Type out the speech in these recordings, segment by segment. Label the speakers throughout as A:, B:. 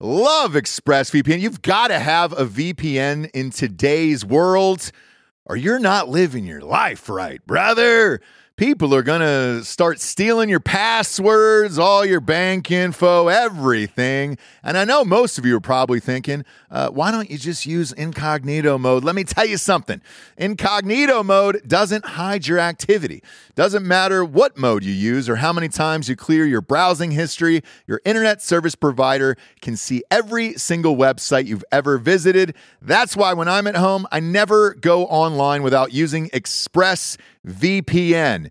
A: Love ExpressVPN. You've got to have a VPN in today's world or you're not living your life right, brother. People are going to start stealing your passwords, all your bank info, everything. And I know most of you are probably thinking, uh, why don't you just use incognito mode? Let me tell you something incognito mode doesn't hide your activity. Doesn't matter what mode you use or how many times you clear your browsing history, your internet service provider can see every single website you've ever visited. That's why when I'm at home, I never go online without using ExpressVPN.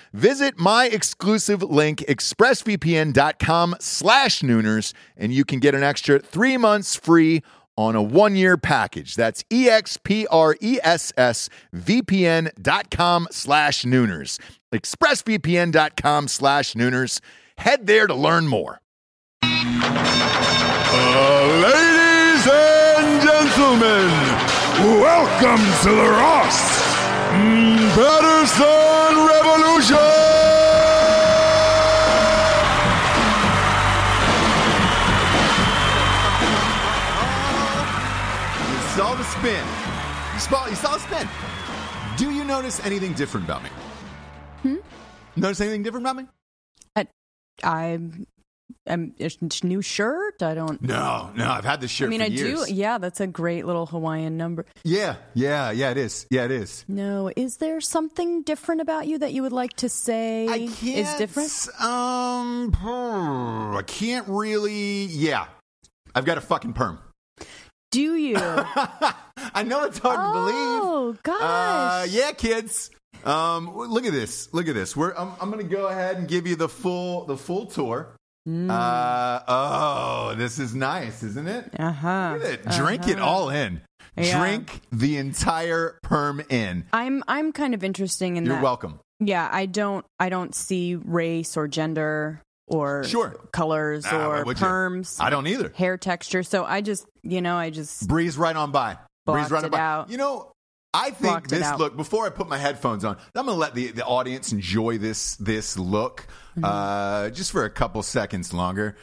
A: Visit my exclusive link, expressvpn.com slash nooners, and you can get an extra three months free on a one-year package. That's E expressvpn.com slash nooners. expressvpn.com slash nooners. Head there to learn more.
B: Ladies and gentlemen, welcome to the Ross Patterson Revolution!
A: You saw the spin. You saw, you saw the spin. Do you notice anything different about me? Hmm? Notice anything different about me?
C: I, I'm, I'm it's new shirt. I don't.
A: No, no. I've had this shirt
C: I mean, I do. Yeah, that's a great little Hawaiian number.
A: Yeah, yeah, yeah. It is. Yeah, it is.
C: No, is there something different about you that you would like to say
A: I can't.
C: is different?
A: s- Um, hmm, I can't really. Yeah, I've got a fucking perm.
C: Do you?
A: I know it's hard to believe.
C: oh
A: Uh,
C: gosh.
A: yeah, kids. Um, w- look at this. Look at this. We're, I'm, I'm going to go ahead and give you the full the full tour.
C: Hmm.
A: Uh, oh, this is nice, isn't it?
C: Uh huh.
A: Look at it. Drink it all in.
C: Uh-huh. Yeah.
A: Drink the entire perm in.
C: I'm I'm kind of interesting in
A: You're
C: that.
A: welcome.
C: Yeah, I don't I don't see race or gender or
A: Sure.
C: colors
A: Ah, why
C: or
A: would you?
C: perms,
A: I don't either.
C: hair texture. So I just you know I just
A: Breeze right on by. Breeze
C: Blocked
A: right on
C: it
A: by.
C: out.
A: You know, I think
C: Blocked it
A: this
C: out.
A: look before I put my headphones on. I'm gonna let the, the audience enjoy this this look
C: Mm-hmm.
A: uh, just for a couple seconds longer.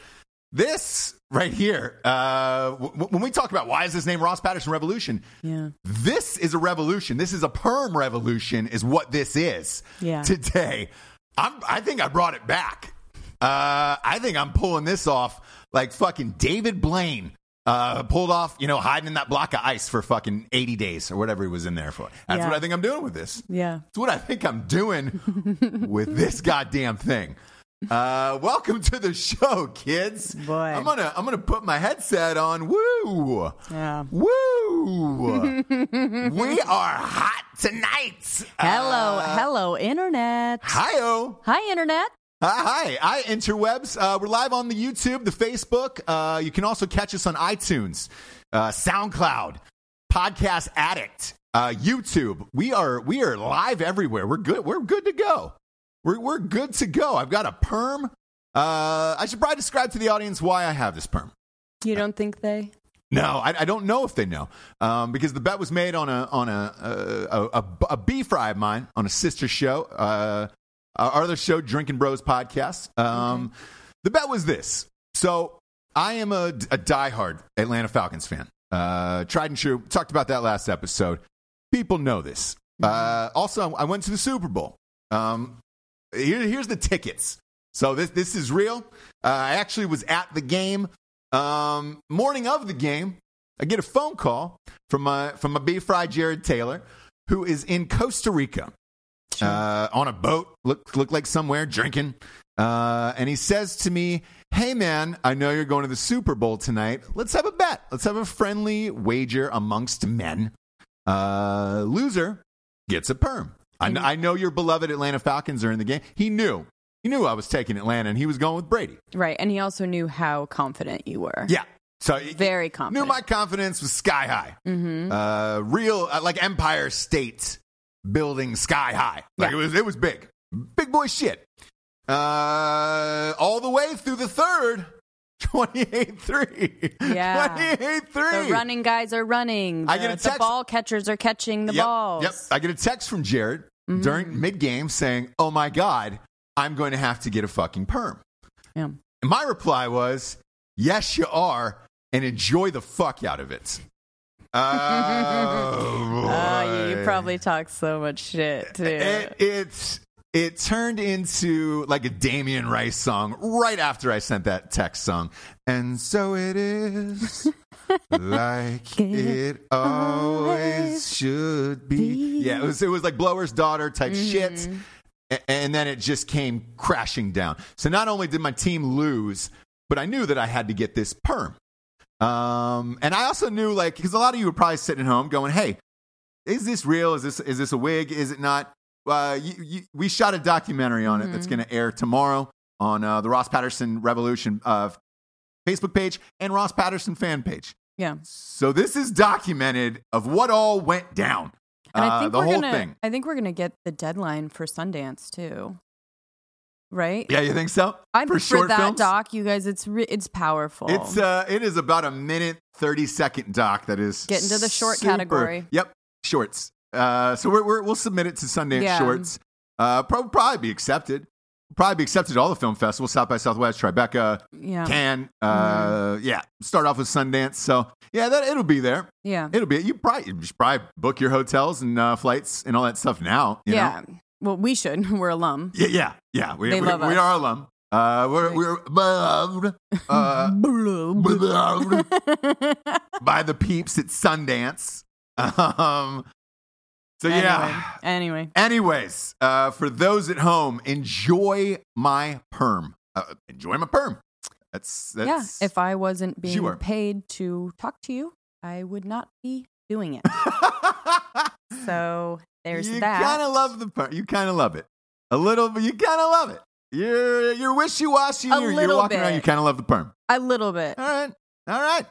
A: This right here, uh, w- when we talk about why is this name Ross Patterson Revolution,
C: Yeah.
A: this is a revolution. This is a perm revolution, is what this is.
C: Yeah.
A: Today, I'm, I think I brought it back. Uh, I think I'm pulling this off like fucking David Blaine uh, pulled off, you know, hiding in that block of ice for fucking 80 days or whatever he was in there for. That's
C: Yeah.
A: what I think I'm doing with this.
C: Yeah.
A: That's what I think I'm doing with this goddamn thing. Uh, welcome to the show, kids.
C: Boy.
A: I'm gonna I'm gonna put my headset on. Woo.
C: Yeah.
A: Woo! we are hot tonight. Uh,
C: Hello, hello, internet.
A: Hi, oh.
C: Hi, internet.
A: Hi, hi, interwebs. Uh, we're live on the YouTube, the Facebook. Uh, you can also catch us on iTunes, uh, SoundCloud, Podcast Addict, uh, YouTube. We are we are live everywhere. We're good. We're good to go. We're we're good to go. I've got a perm. Uh, I should probably describe to the audience why I have this perm.
C: You don't think they?
A: No, I, I don't know if they know um, because the bet was made on a on a a, a, a a bee fry of mine on a sister show, uh, our other show, Drinking Bros podcast. Um, The bet was this: so I am a, a diehard Atlanta Falcons fan, uh, tried and true. Talked about that last episode. People know this. Uh, also, I went to the Super Bowl. Um, here, here's the tickets. So this this is real. Uh, I actually was at the game. Um, morning of the game, I get a phone call from my from my beef fry Jared Taylor, who is in Costa Rica uh, on a boat, look look like somewhere drinking. Uh, and he says to me, "Hey man, I know you're going to the Super Bowl tonight. Let's have a bet. Let's have a friendly wager amongst men. Uh, loser gets a perm. I, kn- I know your beloved Atlanta Falcons are in the game. He knew." He knew I was taking Atlanta, and he was going with Brady.
C: Right. And he also knew how confident you were.
A: Yeah, so
C: Very
A: Knew
C: confident.
A: my confidence was sky high.
C: Mm-hmm.
A: Uh, real, uh, like Empire State building sky high. Like
C: Yeah.
A: it was, it was big, big boy shit. Uh, all the way through the third, twenty-eight three.
C: Yeah.
A: twenty-eight three.
C: the running guys are running. The,
A: I get a
C: the
A: text-
C: ball catchers are catching the
A: yep,
C: balls. Mm-hmm.
A: Yep. I get a text from Jared during mid-game saying, "Oh my god, I'm going to have to get a fucking perm."
C: Yeah.
A: And my reply was, "Yes, you are, and enjoy the fuck out of it." Oh,
C: Oh, you,
A: boy. Eh,
C: you probably talk so much shit too.
A: It, it's it turned into like a Damien Rice song right after I sent that text song, and so it is. like it always
C: always
A: should be.
C: be.
A: Yeah, it was it was like Blower's daughter type shit. A- And then it just came crashing down. So not only did my team lose, but I knew that I had to get this perm. Um, and I also knew like because a lot of you were probably sitting at home going, "Hey, is this real? Is this is this a wig? Is it not?" Uh, you, you, we shot a documentary on it that's going to air tomorrow on uh, the Ross Patterson Revolution uh, Facebook page and Ross Patterson fan page.
C: yeah.
A: So this is documented of what all went down.
C: And
A: Uh,
C: I think
A: the
C: we're
A: whole
C: gonna,
A: thing.
C: I think we're gonna get the deadline for Sundance too, right?
A: Yeah, you think so?
C: I'm
A: for short
C: that
A: films?
C: doc, you guys. It's re- it's powerful.
A: It's uh, it is about a minute thirty second doc that is
C: Get into the short
A: super-
C: category.
A: Yep, shorts. Uh, so we're, we're we'll submit it to Sundance
C: Yeah.
A: Shorts. Uh, prob- probably be accepted. Probably be accepted at all the film festivals: South by Southwest, Tribeca,
C: yeah,
A: Cannes. Uh,
C: Mm-hmm.
A: Yeah, start off with Sundance. So yeah, that it'll be there.
C: yeah,
A: It'll be you probably you should probably book your hotels and uh, flights and all that stuff now. you know?
C: yeah. Well, we should. We're alum.
A: Yeah, yeah, yeah. We,
C: They
A: we,
C: love
A: we
C: us.
A: are alum. Uh, we're we're beloved uh, beloved by the peeps at Sundance. Um, so yeah.
C: Anyway,
A: Anyways, uh, for those at home, enjoy my perm. Uh, enjoy my perm. That's
C: anyway.
A: that's
C: yeah. If I wasn't being
A: Sure.
C: paid to talk to you, I would not be doing it. so there's
A: you
C: that.
A: kind of love the perm. You kind of love it a little, but you kind of love it. You're you're wishy washy.
C: A
A: You're, you're
C: little
A: walking around.
C: bit.
A: You kind of love the perm.
C: a little bit.
A: All right. All right.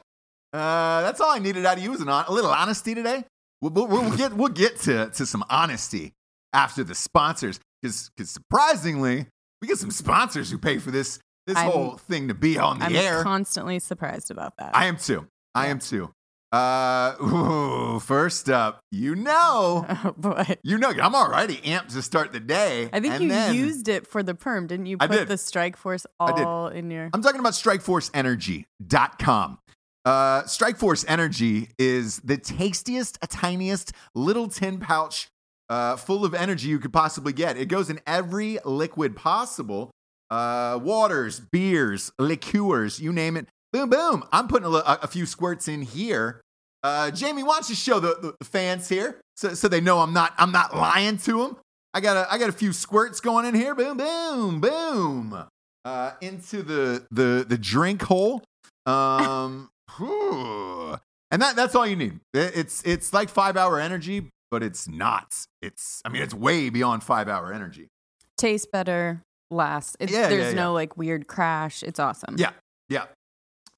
A: Uh, that's all I needed out of you was an on- a little honesty today. We'll, we'll, we'll get, we'll get to, to some honesty after the sponsors because surprisingly, we get some sponsors who pay for this, this
C: I'm-
A: whole thing to be on the
C: I'm
A: air.
C: constantly surprised about that.
A: I am too. I am too. Uh, ooh, first up, you know,
C: Oh boy.
A: you know, I'm already amped to start the day.
C: I think
A: and
C: you
A: then-
C: used it for the perm, didn't you?
A: I
C: Put
A: did.
C: the strike force
A: I did. Uh,
C: all in your.
A: I'm talking about StrikeForceEnergy.com. Uh, Strikeforce Energy is the tastiest, tiniest little tin pouch uh, full of energy you could possibly get. It goes in every liquid possible uh, waters, beers, liqueurs, you name it. Boom, boom. I'm putting a, li- a a few squirts in here. Uh, Jamie, why don't you show the, the- the fans here so, so they know I'm not, I'm not lying to them? I got, a, I got a few squirts going in here. Boom, boom, boom uh, into the the the drink hole. Um, whew. and that that's all you need. It- It's it's like five hour energy, but it's not. It's I mean it's way beyond five hour energy.
C: Tastes better, lasts. It's,
A: Yeah,
C: there's
A: yeah,
C: no like weird crash. It's awesome.
A: Yeah.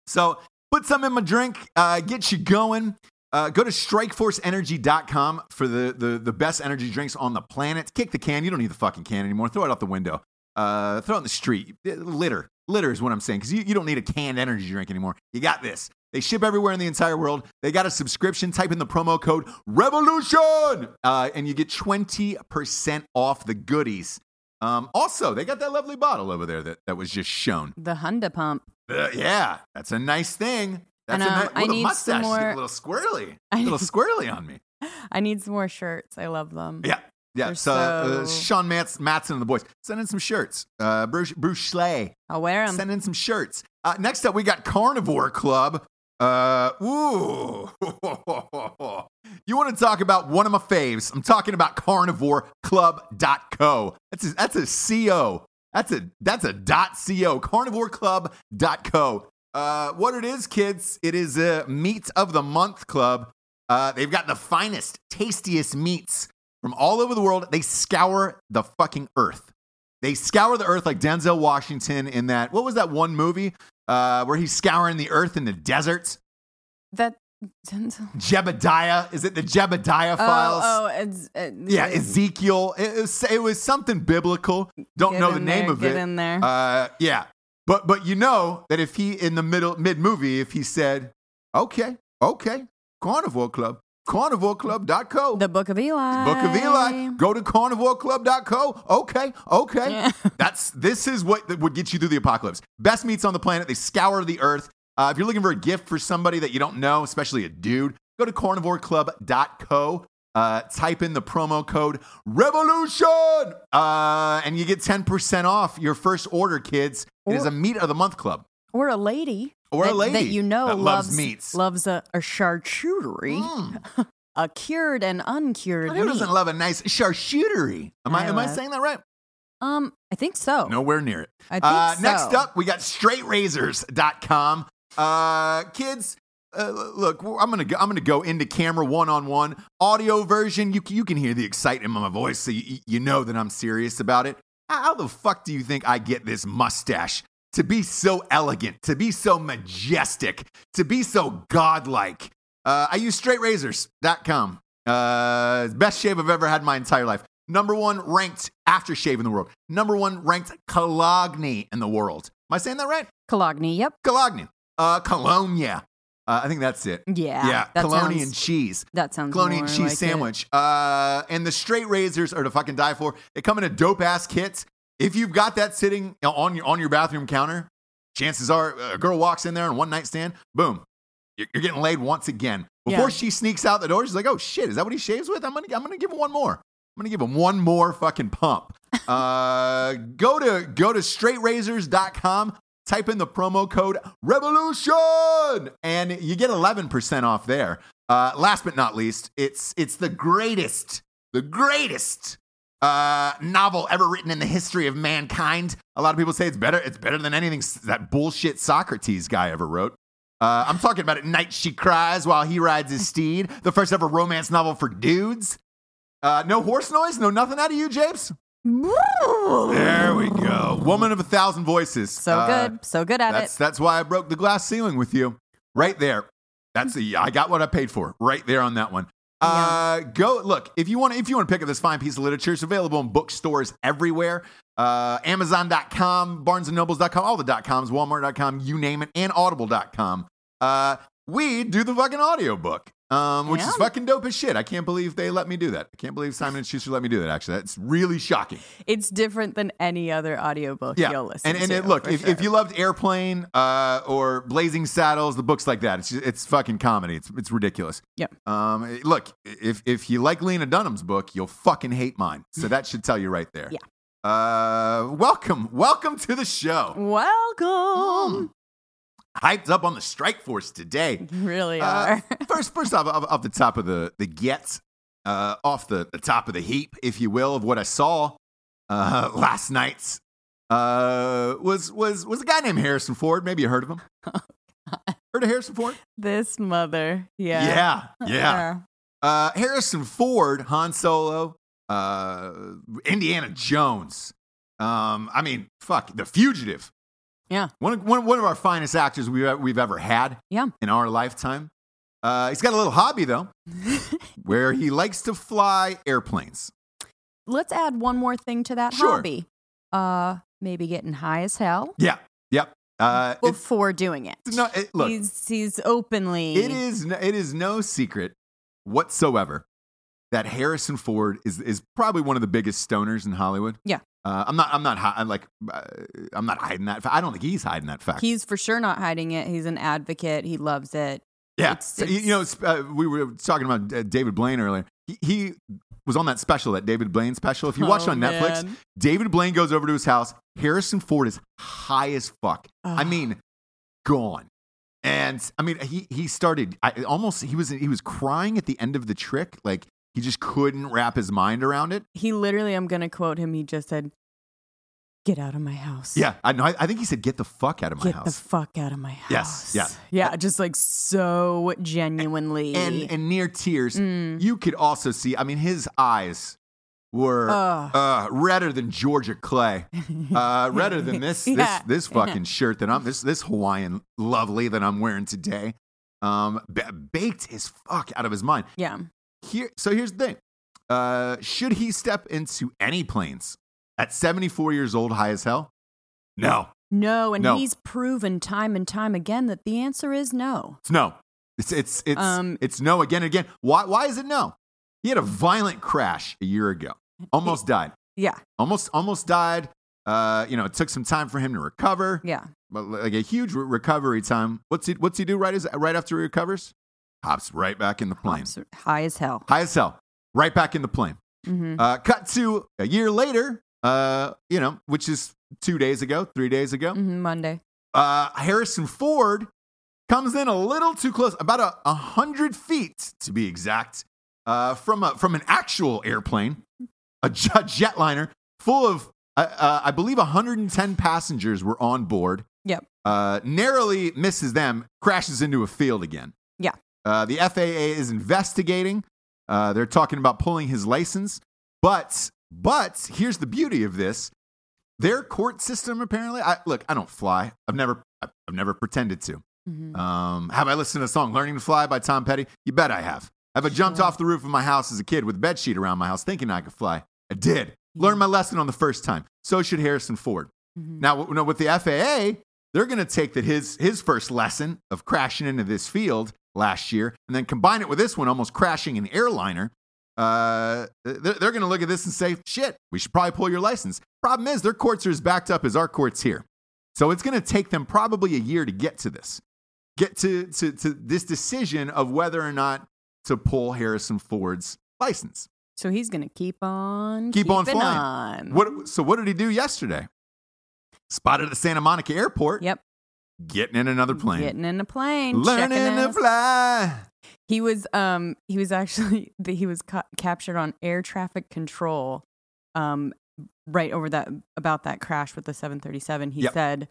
A: So put some in my drink, uh, get you going. Uh, go to strikeforceenergy.com for the, the, the best energy drinks on the planet. Kick the can. You don't need the fucking can anymore. Throw it out the window. Uh, throw it in the street. Eh, Litter. Litter is what I'm saying because you, you don't need a canned energy drink anymore. You got this. They ship everywhere in the entire world. They got a subscription. Type in the promo code REVOLUTION uh, and you get 20% off the goodies. Um, also, they got that lovely bottle over there that, that was just shown.
C: The Honda pump.
A: Uh, yeah, that's a nice thing. That's
C: And,
A: a
C: um,
A: nice.
C: I
A: Well, the
C: need some
A: mustache is
C: more-
A: a little squirrely, a
C: I
A: little
C: need-
A: squirrely on me.
C: I need some more shirts. I love them.
A: Yeah, yeah.
C: They're
A: so uh,
C: so-
A: Sean Mats- Matson and the boys send in some shirts. Uh, Bruce, Bruce Schley
C: I'll wear them.
A: send in some shirts. Uh, next up, we got Carnivore Club. Uh, ooh, you want to talk about one of my faves? I'm talking about carnivoreclub.co. That's a, that's a co. That's a that's a dot co. Carnivoreclub.co. Uh, what it is, kids? It is a meat of the month club. Uh, they've got the finest, tastiest meats from all over the world. They scour the fucking earth. They scour the earth like Denzel Washington in that what was that one movie uh, where he's scouring the earth in the desert?
C: That.
A: Jebediah is it the Jebediah files?
C: Oh, oh, it's, it,
A: Yeah, Ezekiel. It, it was, it was something biblical. Don't
C: Get
A: know the
C: in
A: name
C: there,
A: of
C: get
A: it.
C: in there.
A: Uh, yeah, but but you know that if he in the middle mid movie if he said, okay, okay, Carnivore Club, CarnivoreClub.co.
C: the Book of Eli.
A: Book of Eli. Go to carnivoreclub.co. Okay, okay.
C: Yeah.
A: That's this is what that would get you through the apocalypse. Best meats on the planet. They scour the earth. Uh, if you're looking for a gift for somebody that you don't know, especially a dude, go to carnivoreclub.co. Uh, type in the promo code revolution, uh, and you get 10% off your first order, kids. it is
C: Or-
A: a meat of the month club
C: Or a lady.
A: or
C: that,
A: a lady
C: that you know
A: that
C: loves,
A: loves meats.
C: Loves a, a charcuterie,
A: Mm.
C: a cured and uncured.
A: Who doesn't
C: meat.
A: love a nice charcuterie? Am I,
C: I
A: am I
C: love-
A: saying that right?
C: um, I think so.
A: Nowhere near it.
C: I think
A: Uh,
C: so.
A: Next up, we got straightrazors.com. Uh, kids, uh, look, I'm gonna go, I'm gonna go into camera one on one audio version. You c- you can hear the excitement in my voice, so you, you know that I'm serious about it. How how the fuck do you think I get this mustache to be so elegant, to be so majestic, to be so godlike? Uh, I use straightrazors.com. Uh, best shave I've ever had in my entire life. Number one ranked aftershave in the world. Number one ranked cologne in the world. Am I saying that right?
C: Cologne. Yep.
A: Cologne. Uh, Colonia. Uh, I think that's it.
C: Yeah.
A: yeah.
C: That
A: Cologne
C: sounds,
A: and cheese.
C: That sounds
A: Bologna
C: more
A: and cheese
C: like it.
A: sandwich. Uh, and the straight razors are to fucking die for. They come in a dope ass kit. If you've got that sitting on your on your bathroom counter, chances are a girl walks in there on one night stand. Boom, you're, you're getting laid once again. Before
C: Yeah.
A: she sneaks out the door, she's like, "Oh shit, is that what he shaves with? I'm gonna I'm gonna give him one more. I'm gonna give him one more fucking pump." uh, go to go to straightrazors.com. Type in the promo code revolution, and you get 11% off there. Uh, last but not least, it's it's the greatest, the greatest uh, novel ever written in the history of mankind. A lot of people say it's better. It's better than anything s- that bullshit Socrates guy ever wrote. Uh, I'm talking about at night she cries while he rides his steed. The first ever romance novel for dudes. Uh, no horse noise, no nothing out of you, Japes. There we go. Woman of a thousand voices.
C: So
A: Uh,
C: good. So good at
A: that's
C: it.
A: that's why I broke the glass ceiling with you. Right there. That's the I got what I paid for. Right there on that one. Uh, go look if you want if you want to pick up this fine piece of literature. It's available in bookstores everywhere. Uh, Amazon.com, BarnesandNobles.com, all the dot coms, Walmart.com, you name it, and Audible.com. Uh, we do the fucking audiobook. Um, which is
C: Yeah.
A: fucking dope as shit. I can't believe they let me do that. I can't believe Simon and Schuster let me do that. Actually, that's really shocking.
C: It's different than any other audiobook
A: Yeah,
C: you'll listen
A: and and
C: to.
A: it, look,
C: for
A: if,
C: sure.
A: if you loved Airplane uh, or Blazing Saddles, the books like that, it's just, it's fucking comedy. It's it's ridiculous.
C: Yep.
A: Um, it- look, if if you like Lena Dunham's book, you'll fucking hate mine. So that should tell you right there.
C: Yeah.
A: Uh, welcome, welcome to the
C: Mm.
A: show.
C: welcome,
A: Mm. Hyped up on the strike force today.
C: You really
A: Uh,
C: are.
A: first, first off, off, off the top of the the get, uh, off the, the top of the heap, if you will, of what I saw uh, last night's uh, was was was a guy named Harrison Ford. Maybe you heard of him. heard of Harrison Ford?
C: this mother, yeah,
A: yeah. yeah. Uh, Harrison Ford, Han Solo, uh, Indiana Jones. Um, I mean, fuck, The Fugitive.
C: Yeah.
A: One of, one, of- one of our finest actors we've, we've ever had
C: Yeah.
A: in our lifetime. Uh, he's got a little hobby, though, where he likes to fly airplanes.
C: Let's add one more thing to that
A: Sure.
C: hobby. Uh, maybe getting high as hell
A: Yeah. Yep. Uh, it's,
C: before doing it.
A: no, it, look,
C: he's he's openly.
A: it is, n- it is no secret whatsoever that Harrison Ford is, is probably one of the biggest stoners in Hollywood.
C: Yeah.
A: Uh, I'm not. I'm not. hi- I'm like. Uh, I'm not hiding that. Fact. I don't think he's hiding that fact.
C: He's for sure not hiding it. He's an advocate. He loves it.
A: Yeah,
C: It's-
A: So, you- you know, it's, uh, we were talking about uh, David Blaine earlier. He, he was on that special, that David Blaine special. If you watch it
C: Oh,
A: on Netflix,
C: man.
A: David Blaine goes over to his house. Harrison Ford is high as fuck. I
C: Ugh.
A: mean, gone. And I mean, he he started I, almost. He was he was crying at the end of the trick, like he just couldn't wrap his mind around it.
C: He literally, I'm gonna quote him. He just said, "Get out of my house."
A: Yeah, I know. I, I think he said, "Get the fuck out of my
C: Get the
A: house."
C: fuck out of my house.
A: Yes, yeah.
C: Yeah, just like so genuinely.
A: and and near tears,
C: Mm.
A: you could also see. I mean, his eyes were.
C: Ugh.
A: uh, redder than Georgia Clay, uh, redder than this
C: Yeah.
A: this this fucking shirt that I'm this this Hawaiian lovely that I'm wearing today. Um, ba- baked his fuck out of his mind.
C: yeah.
A: Here, so here's the thing: uh, should he step into any planes at 74 years old, high as hell? No,
C: No, and
A: No.
C: he's proven time and time again that the answer is no.
A: it's no. It's it's it's
C: Um,
A: it's no again and again. Why why is it no? He had a violent crash a year ago, almost died.
C: Yeah,
A: almost almost died. Uh, you know, it took some time for him to recover,
C: yeah.
A: but like a huge re- recovery time. What's he What's he do right as right after he recovers? Hops right back in the plane,
C: Hops are High as hell.
A: high as hell, right back in the plane.
C: hmm
A: Uh, cut to a year later. Uh, you know, which is two days ago, three days ago.
C: hmm Monday.
A: Uh, Harrison Ford comes in a little too close, about a, a hundred feet to be exact, uh, from a from an actual airplane, a jet, jetliner full of, uh, uh, I believe, 110 passengers were on board.
C: Yep.
A: Uh, narrowly misses them, crashes into a field again.
C: Yeah.
A: Uh, the FAA is investigating. Uh, they're talking about pulling his license, but but here's the beauty of this their court system apparently i look i don't fly i've never i've I've never pretended to
C: Mhm.
A: um, have i listened to the song learning to fly by tom petty you bet i have have i jumped
C: Sure.
A: off the roof of my house as a kid with a bed sheet around my house thinking i could fly i did learned my lesson on the first time so should harrison ford
C: Mhm.
A: now, w- now with the FAA, they're going to take that his his first lesson of crashing into this field last year, and then combine it with this one almost crashing an airliner. Uh, they're, they're going to look at this and say, "Shit, we should probably pull your license." Problem is, their courts are as backed up as our courts here, so it's going to take them probably a year to get to this, get to to to this decision of whether or not to pull Harrison Ford's license.
C: So he's gonna keep on,
A: Keep on
C: keeping
A: flying.
C: on.
A: What? So what did he do yesterday? Spotted at the Santa Monica Airport.
C: Yep.
A: Getting in another plane.
C: Getting in a plane. checking
A: Learning to
C: out.
A: fly.
C: He was um he was actually he was ca- captured on air traffic control um right over that about that crash with the 737 he
A: Yep.
C: said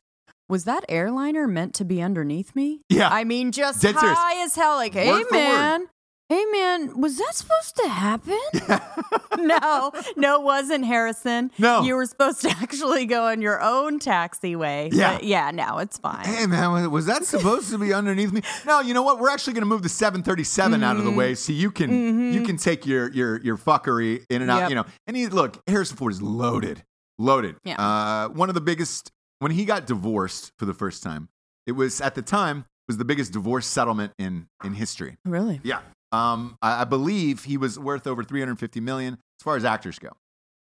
C: was that airliner meant to be underneath me?
A: Yeah.
C: I mean just
A: Dead serious.
C: high as hell like
A: Word
C: hey
A: for word.
C: man Hey man, was that supposed to happen? no, no, it wasn't Harrison.
A: No.
C: you were supposed to actually go on your own taxiway.
A: Yeah.
C: but yeah. No, it's fine.
A: Hey man, was- was that supposed to be underneath me? No, you know what? We're actually going to move the 737 out of the
C: Mm-hmm.
A: way so you can you can take your your your fuckery in and out.
C: Yep.
A: You know, and he look Harrison Ford is loaded, loaded.
C: Yeah.
A: Uh, one of the biggest when he got divorced for the first time, it was at the time was the biggest divorce settlement in in history.
C: Really?
A: Yeah. Um, I, I believe he was worth over 350 million as far as actors go,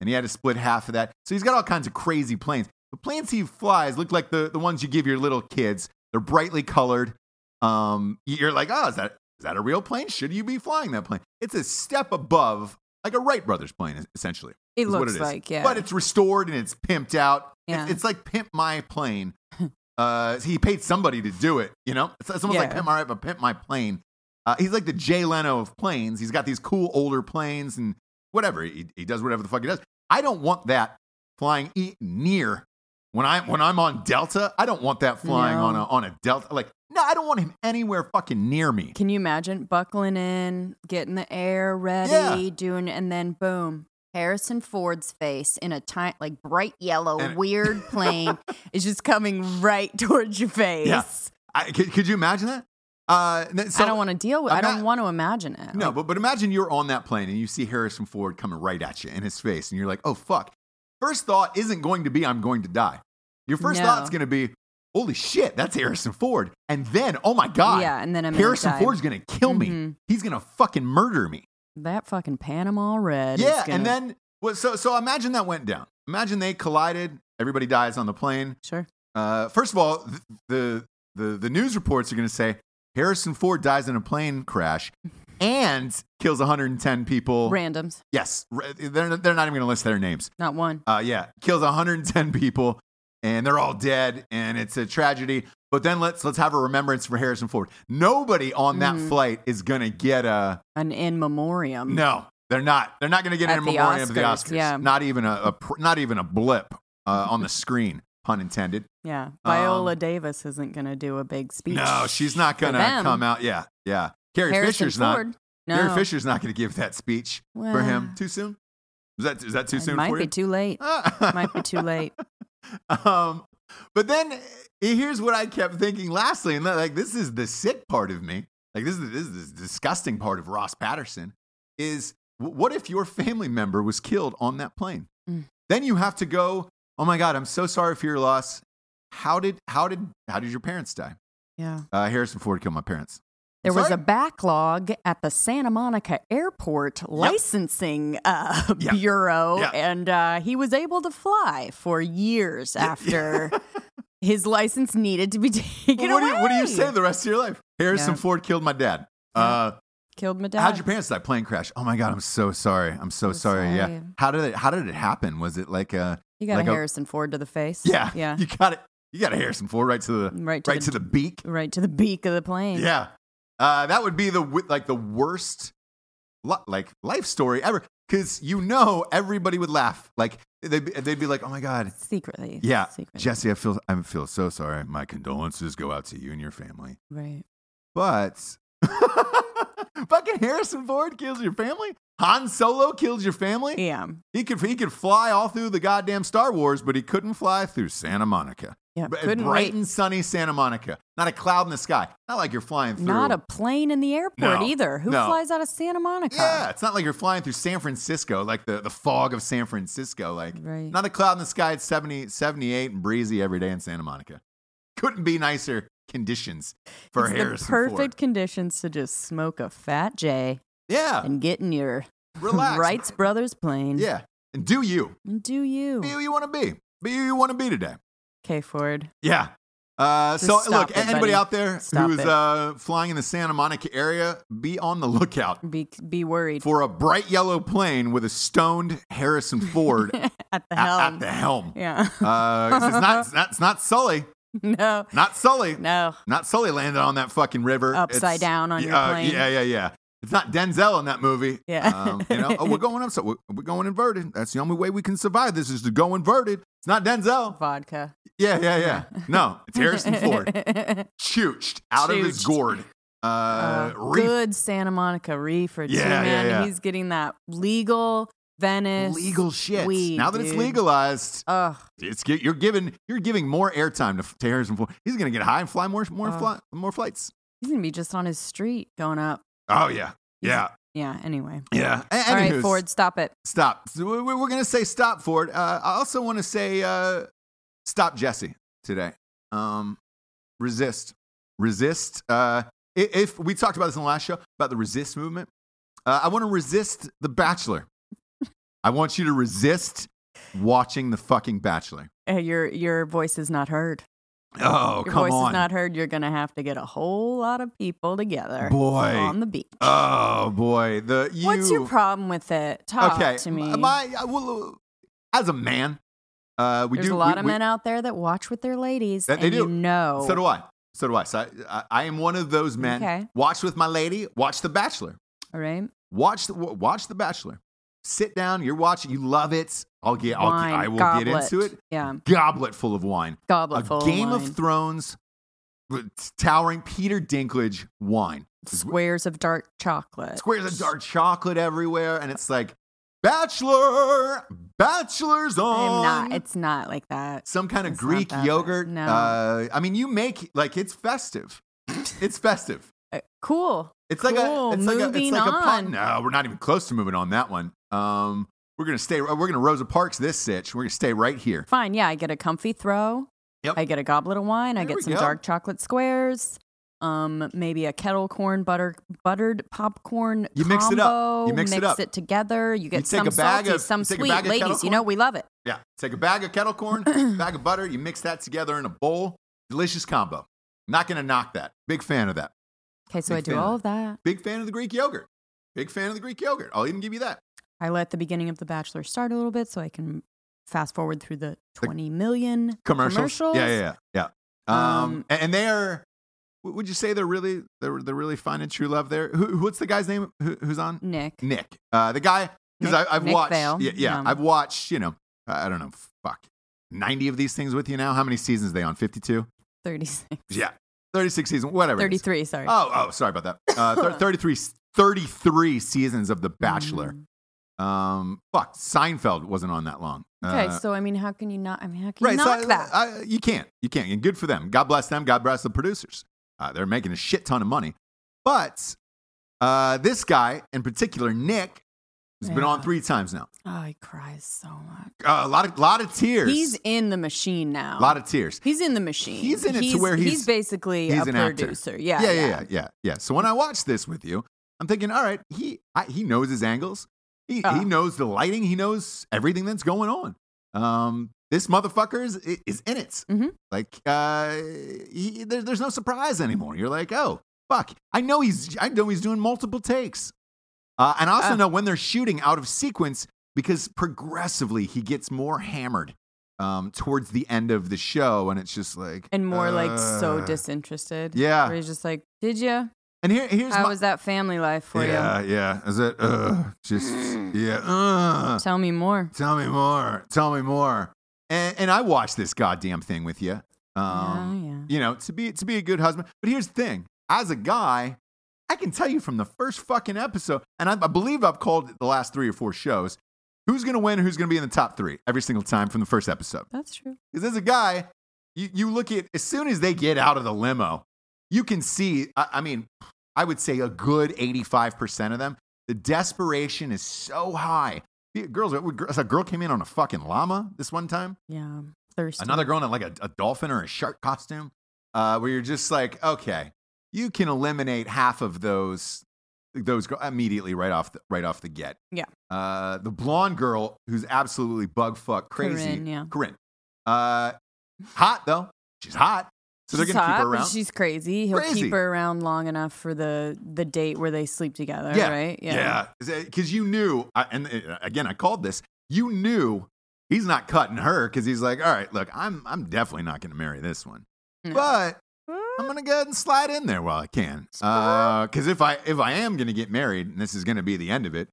A: and he had to split half of that. So he's got all kinds of crazy planes. The planes he flies look like the the ones you give your little kids. They're brightly colored. Um, you're like, oh, is that is that a real plane? Should you be flying that plane? It's a step above, like a Wright brothers plane, essentially.
C: It
A: is what
C: looks
A: it is.
C: like, yeah.
A: But it's restored and it's pimped out. It's-
C: Yeah.
A: It's, like pimp my plane. Uh, he paid somebody to do it. You know, it's, it's almost like
C: Yeah.
A: pimp my but pimp my plane. Uh, he's like the Jay Leno of planes. He's got these cool older planes and whatever. He, he does whatever the fuck he does. I don't want that flying e- near when I'm when I'm on Delta. I don't want that flying
C: No.
A: on a on a Delta. Like no, I don't want him anywhere fucking near me.
C: Can you imagine buckling in, getting the air ready, doing, and then boom.
D: Harrison Ford's face in a tiny, like bright yellow,
A: And-
D: weird plane.
C: It's just coming right towards your face.
A: Yeah. I, could, could you imagine that? Uh, and then- so,
C: I don't want to deal with I
A: Ima-
C: don't want to imagine it.
A: No,
C: Like,
A: but, but imagine you're on that plane and you see Harrison Ford coming right at you in his face, and you're like, oh, fuck. First thought isn't going to be, I'm going to die. Your first
C: No.
A: thought's going to be, holy shit, that's Harrison Ford. And then, oh my God,
C: yeah, and then I'm gonna
A: Harrison
C: die.
A: Ford's going to kill me.
C: Mhm.
A: He's going to fucking murder me.
C: That fucking Panama red. is
A: yeah.
C: gonna-
A: And then, well, so, so imagine that went down. Imagine they collided. Everybody dies on the plane.
C: sure.
A: Uh, first of all, th- the the the news reports are going to say Harrison Ford dies in a plane crash and kills 110 people.
C: Randoms.
A: Yes, r- they're they're not even going to list their names.
C: Not one.
A: Uh, yeah, kills 110 people and they're all dead and it's a tragedy. But then let's let's have a remembrance for Harrison Ford. Nobody on that
C: Mhm.
A: flight is going to get a
C: An in memoriam.
A: no. They're not. They're not going to get in
C: At
A: a
C: the
A: memoriam of the
C: Oscars,
A: Oscars.
C: yeah.
A: Not even a, a pr- not even a blip uh, on the screen. Pun intended.
C: Yeah. Viola Davis isn't gonna do a big speech.
A: Um, No, she's not
C: for
A: going to
C: them.
A: come out. Yeah, yeah. Carrie
D: Harrison
A: Fisher's
D: Ford.
A: not.
C: No.
A: Carrie Fisher's not going to give that speech for
C: Well,
A: him. Too soon? Is that is that too
C: it
A: soon
C: Might
A: for
C: be
A: you?
C: too late.
A: Ah.
C: might be too late.
A: um, but then eh, here's what I kept thinking. Lastly, and like this is the sick part of me. Like this is this is the disgusting part of Ross Patterson. Is wh- what if your family member was killed on that plane?
C: Mm.
A: Then you have to go. Oh my God, I'm so sorry for your loss. How did how did how did your parents die?
C: Yeah.
A: Uh, Harrison Ford killed my parents.
D: There was
A: Sorry?
D: a backlog at the Santa Monica Airport
C: Licensing uh,
A: Yeah.
C: bureau,
A: Yeah.
C: and uh, he was able to fly for years after his license needed to be taken
A: Well, what, do you, what do you
C: away.
A: say the rest of your life? Harrison
C: Yeah.
A: Ford killed my dad.
C: Yeah.
A: Uh,
C: Killed my dad.
A: How'd your parents die? Plane crash. Oh my god, I'm so sorry. I'm so
C: I'm
A: sorry. Yeah.
C: sorry.
A: How did it? How did it happen? Was it like a
C: He got
A: Like a-
C: a Harrison Ford to the face.
A: yeah?
C: Yeah.
A: You got it. You got a Harrison Ford right to the
C: Right to
A: right
C: the-
A: to the beak.
C: right to the beak of the plane.
A: Yeah. Uh, that would be the wi- like the worst li- like life story ever because you know everybody would laugh. Like they'd be, they'd be like, oh my god.
C: Secretly.
A: Yeah,
C: Secretly.
A: Jesse, I feel I feel so sorry. My condolences go out to you and your family.
C: Right.
A: But fucking Harrison Ford kills your family. Han Solo kills your family.
C: Yeah.
A: He could he could fly all through the goddamn Star Wars, but he couldn't fly through Santa Monica.
C: Yeah.
A: B-
C: Couldn't
A: Bright
C: wait.
A: and sunny Santa Monica. Not a cloud in the sky. Not like you're flying through.
C: Not a plane in the airport
A: No.
C: either. Who
A: No.
C: flies out of Santa Monica?
A: yeah, it's not like you're flying through San Francisco, like the, the fog of San Francisco. Like,
C: Right.
A: not a cloud in the sky. It's 70, 78 and breezy every day in Santa Monica. Couldn't be nicer conditions for
C: it's
A: Harrison
C: the perfect
A: Ford.
C: conditions to just smoke a fat J
A: Yeah,
C: and get in your
A: relax.
C: Wrights Brothers plane.
A: Yeah, and do you.
C: And do you.
A: Be who you want to be. Be who you want to be today.
C: K Ford.
A: Yeah. Uh,
C: Just
A: so
C: stop
A: look,
C: it,
A: anybody
C: buddy.
A: out there
C: Stop
A: who's
C: it.
A: uh, flying in the Santa Monica area, be on the lookout
C: Be be worried.
A: for a bright yellow plane with a stoned Harrison Ford at,
C: at the helm.
A: at the helm.
C: yeah.
A: Uh, 'cause it's, not, it's not it's not Sully,
C: no.
A: not Sully,
C: No.
A: not Sully landed on that fucking river
C: Upside
A: It's-
C: down on your
A: Yeah, uh,
C: plane.
A: Yeah, yeah, yeah. It's not Denzel in that movie.
C: Yeah.
A: um, you know, oh, we're going up, so we're, we're going inverted. That's the only way we can survive this is to go inverted. It's not Denzel.
C: Vodka.
A: Yeah, yeah, yeah. No, it's Harrison Ford. Uh, Chooched out of his
C: Chooched.
A: gourd. Uh,
C: Uh,
A: reef-
C: good Santa Monica reefer too,
A: Yeah, yeah,
C: man.
A: yeah.
C: He's getting that legal Venice
A: legal shit.
C: weed,
A: now that it's
C: dude.
A: legalized,
C: Ugh,
A: it's get- you're giving you're giving more airtime to, to Harrison Ford. He's gonna get high and fly more more
C: Oh.
A: fly, more flights.
C: he's gonna be just on his street going up.
A: Oh yeah, yeah,
C: Yeah. Anyway,
A: yeah. A-
C: all right,
A: anywho's,
C: Ford, stop it.
A: stop. So we- we- we're gonna say stop, Ford. Uh, I also want to say uh, stop, Jesse, today. Um, resist. resist. Uh, i- if we talked about this in the last show about the resist movement, uh, I want to resist The Bachelor. I want you to resist watching The fucking Bachelor.
C: Uh, your your voice is not heard.
A: Oh,
C: your
A: come
C: voice
A: on.
C: is not heard. You're gonna have to get a whole lot of people together
A: Boy.
C: on the beach.
A: oh, boy. The, you,
C: What's your problem with it? Talk
A: okay,
C: to me.
A: m- My, I will- as a man, uh, we
C: There's
A: do.
C: a lot
A: we-
C: of
A: we-
C: men out there that watch with their ladies.
A: That they
C: and You
A: do.
C: know.
A: So do I. So do I. So I, I, I am one of those men.
C: Okay.
A: Watch with my lady. Watch The Bachelor.
C: All right.
A: Watch the w- watch The Bachelor. Sit down. You're watching. You love it. I'll get. I'll,
C: Wine,
A: get- I will
C: goblet.
A: get into it.
C: Yeah.
A: Goblet full of wine.
C: Goblet
A: a
C: full
A: Game
C: of,
A: of,
C: wine.
A: Thrones, r- towering Peter Dinklage wine.
C: squares of dark chocolate.
A: Squares of dark chocolate everywhere, and it's like Bachelor, Bachelor's on.
C: I'm not. It's not like that.
A: some kind of
C: It's not
A: Greek
C: that bad.
A: yogurt.
C: No.
A: Uh, I mean, you make like it's festive. it's festive.
C: Uh, cool.
A: It's like
C: Cool,
A: a it's like a it's
C: moving
A: like a pot.
C: on.
A: No, we're not even close to moving on that one. Um, we're gonna stay. We're gonna Rosa Parks this sitch. We're gonna stay right here.
C: Fine. Yeah. I get a comfy throw.
A: Yep.
C: I get a goblet of wine. I
A: There we
C: get some
A: go.
C: dark chocolate squares. Um, maybe a kettle corn butter buttered popcorn.
A: You mix it up.
C: combo,
A: You mix it up.
C: together. You get
A: take
C: some
A: a bag
C: salty,
A: of-
C: some
A: you take a
C: sweet.
A: bag of kettle
C: Ladies, you know
A: corn.
C: we love it.
A: Yeah, take a bag of kettle corn, bag of butter. You mix that together in a bowl. Delicious combo. Not gonna knock that. Big fan of that.
C: Okay, so
A: Big
C: I do
A: fan of
C: all
A: it.
C: of that.
A: Big fan of the Greek yogurt. Big fan of the Greek yogurt. I'll even give you that.
C: I let the beginning of The Bachelor start a little bit so I can fast forward through the
A: The-
C: 20 million
A: commercials. Yeah, yeah, yeah. yeah. Um,
C: Um,
A: a- and, they are. w- Would you say they're really they're they're really finding true love there? Who, who- what's the guy's name? Who, who's on?
C: Nick.
A: Nick. Uh, the guy because
C: Nick-
A: I've
C: Nick
A: watched.
C: Vale.
A: Yeah, yeah.
C: Um,
A: I've watched. You know, I I don't know. Fuck, ninety of these things with you now. How many seasons are they on? Fifty two.
C: 36.
A: Yeah, thirty six seasons. Whatever. it is.
C: 33, sorry. Mm.
A: Oh, oh, sorry about that. Uh, thir- 33, 33 seasons of The Bachelor.
C: Mm.
A: Um, fuck, Seinfeld wasn't on that long.
C: Okay,
A: Uh,
C: so I mean, how can you not? I mean, how can
A: Right,
C: you
A: so
C: knock
A: I-
C: that?
A: I- you can't. You can't. And good for them. God bless them. God bless the producers. Uh, they're making a shit ton of money. But uh, this guy in particular, Nick, has been
C: Yeah.
A: on three times now.
C: oh, he cries so much.
A: Uh, a lot of lot of tears.
C: He's in the machine now.
A: a lot of tears.
C: he's in the machine.
A: He's in it to where he's-
C: basically
A: he's
C: a
A: an actor.
C: producer. Yeah,
A: yeah, yeah, yeah, yeah, yeah. So when I watched this with you, I'm thinking, all right, he I, he knows his angles, he
C: Oh.
A: he knows the lighting, he knows everything that's going on. Um, this motherfucker is i- is in it.
C: Mhm.
A: Like, uh, he, there, there's no surprise anymore. You're like, oh fuck, I know he's I know he's doing multiple takes, uh, and I also
C: Oh.
A: know when they're shooting out of sequence because progressively he gets more hammered. Um, towards the end of the show, and it's just like
C: And more like so
A: uh,
C: disinterested.
A: yeah.
C: Where he's just like, did you?
A: And here, here's
C: How
A: my,
C: was that family life for
A: yeah,
C: you?
A: yeah. Is it uh just yeah, uh,
C: Tell me more.
A: tell me more. Tell me more. And and I watched this goddamn thing with you. Um
C: yeah, yeah.
A: you know, to be to be a good husband. But here's the thing. As a guy, I can tell you from the first fucking episode, and I, I believe I've called it the last three or four shows, who's gonna win, who's gonna be in the top three every single time from the first episode.
C: That's true.
A: Because as a guy, you, you look at as soon as they get out of the limo, you can see, I, I mean, I would say a good 85% of them, the desperation is so high. The Girls, a girl came in on a fucking llama this one time.
C: Yeah. Thirsty.
A: Another girl in like a, a dolphin or a shark costume, uh, where you're just like, okay, you can eliminate half of those those girl immediately right off the, right off the get.
C: Yeah.
A: Uh, the blonde girl who's absolutely bug fuck crazy.
C: Corinne, yeah.
A: Corinne. Uh, hot though. She's hot. So they're
C: She's
A: gonna
C: hot,
A: keep her
C: but
A: around.
C: She's crazy. He'll
A: Crazy.
C: keep her around long enough for the the date where they sleep together,
A: Yeah.
C: right?
A: Because you knew, I, and uh, again, I called this. You knew he's not cutting her because he's like, all right, look, I'm I'm definitely not going to marry this one,
C: No.
A: but I'm gonna go ahead and slide in there while I can. Because if I if I am gonna get married and this is gonna be the end of it,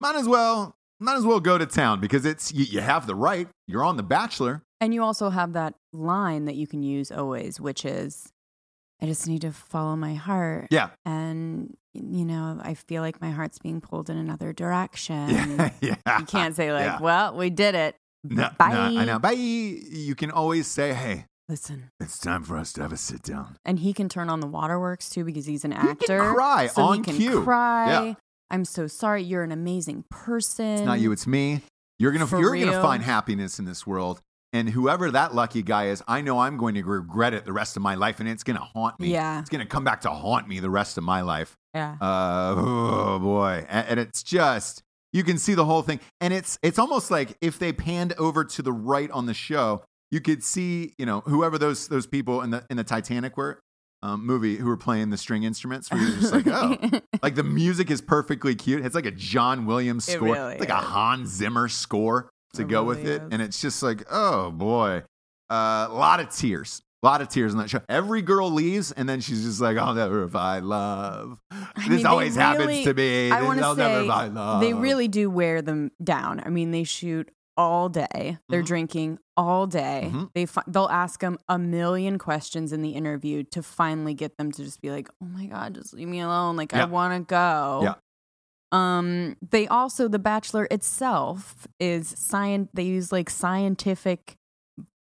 A: might as well might as well go to town because it's you, you have the right. You're on the Bachelor.
C: And you also have that line that you can use always, which is, "I just need to follow my heart."
A: Yeah,
C: And you know, I feel like my heart's being pulled in another direction.
A: yeah, yeah.
C: You can't say like,
A: Yeah.
C: "Well, we did it."
A: No,
C: Bye.
A: no, I know. Bye. You can always say, hey,
C: Listen,
A: it's time for us to have a sit down.
C: and he can turn on the waterworks too because he's an
A: can
C: actor.
A: cry
C: so
A: on
C: he can
A: cue.
C: Cry.
A: Yeah.
C: I'm so sorry. You're an amazing person.
A: It's not you, it's me. You're gonna
C: For
A: you're gonna
C: real.
A: find happiness in this world, And whoever that lucky guy is, I know I'm going to regret it the rest of my life, and it's going to haunt me.
C: Yeah.
A: It's going to come back to haunt me the rest of my life.
C: Yeah.
A: Uh, oh boy, A- and, it's just you can see the whole thing, and it's it's almost like if they panned over to the right on the show, you could see you know whoever those those people in the in the Titanic were um, movie who were playing the string instruments. Where you're just like, oh, like the music is perfectly cute. It's like a John Williams
C: It
A: score,
C: really
A: it's like a
C: is.
A: Hans Zimmer score to
C: It
A: go
C: really
A: with it,
C: is.
A: and it's just like, oh boy, a lot of tears. A lot of tears in that show. Every girl leaves, and then she's just like, oh, "I'll never find love."
C: I
A: this
C: mean, they
A: always happens
C: really-
A: to me.
C: I
A: This-
C: wanna
A: I'll never
C: say
A: find love.
C: they really do wear them down. I mean, they shoot all day. They're
A: Mhm.
C: drinking all day.
A: Mhm.
C: They fi- they'll ask them a million questions in the interview to finally get them to just be like, "Oh my god, just leave me alone. Like
A: Yeah.
C: I want to go."
A: Yeah.
C: Um they also The Bachelor itself is science they use like scientific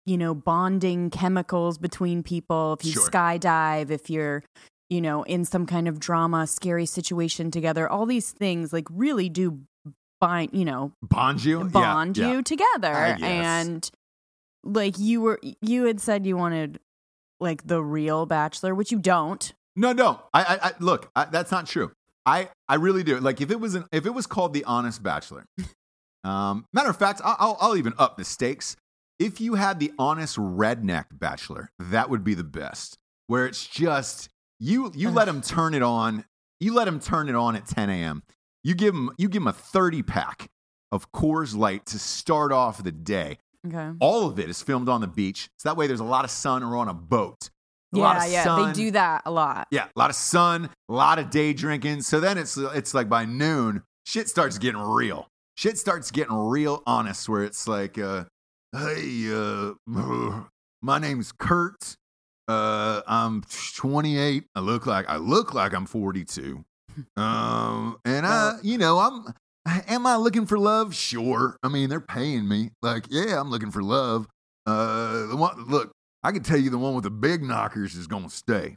C: you know bonding chemicals between people if you
A: Sure.
C: skydive if you're you know, in some kind of drama, scary situation together. All these things like really do bind, you know,
A: bond you, Oh, Yeah,
C: bond
A: yeah.
C: you together.
A: I guess.
C: And like you were, you had said you wanted like the real bachelor, which you don't.
A: No, no. I, I, I look. I, that's not true. I, I really do. Like if it was an, if it was called the Honest Bachelor. Um, matter of fact, I'll, I'll, I'll even up the stakes. If you had the Honest Redneck Bachelor, that would be the best. Where it's just you, you let them turn it on. You let them turn it on at 10 a.m. You give them, you give them a 30 pack of Coors Light to start off the day.
C: Okay.
A: All of it is filmed on the beach, so that way there's a lot of sun or on a boat. A lot
C: Yeah,
A: of
C: yeah.
A: sun.
C: They do that a lot.
A: Yeah, a lot of sun, a lot of day drinking. So then it's it's like by noon, shit starts getting real. Shit starts getting real honest, where it's like, uh, hey, uh, my name's Kurt. Uh, I'm 28. I look like I look like I'm 42. Um, and I, you know, I'm. Am I looking for love? Sure. I mean, they're paying me. Like, yeah, I'm looking for love. Uh, the one, look, I can tell you the one with the big knockers is gonna stay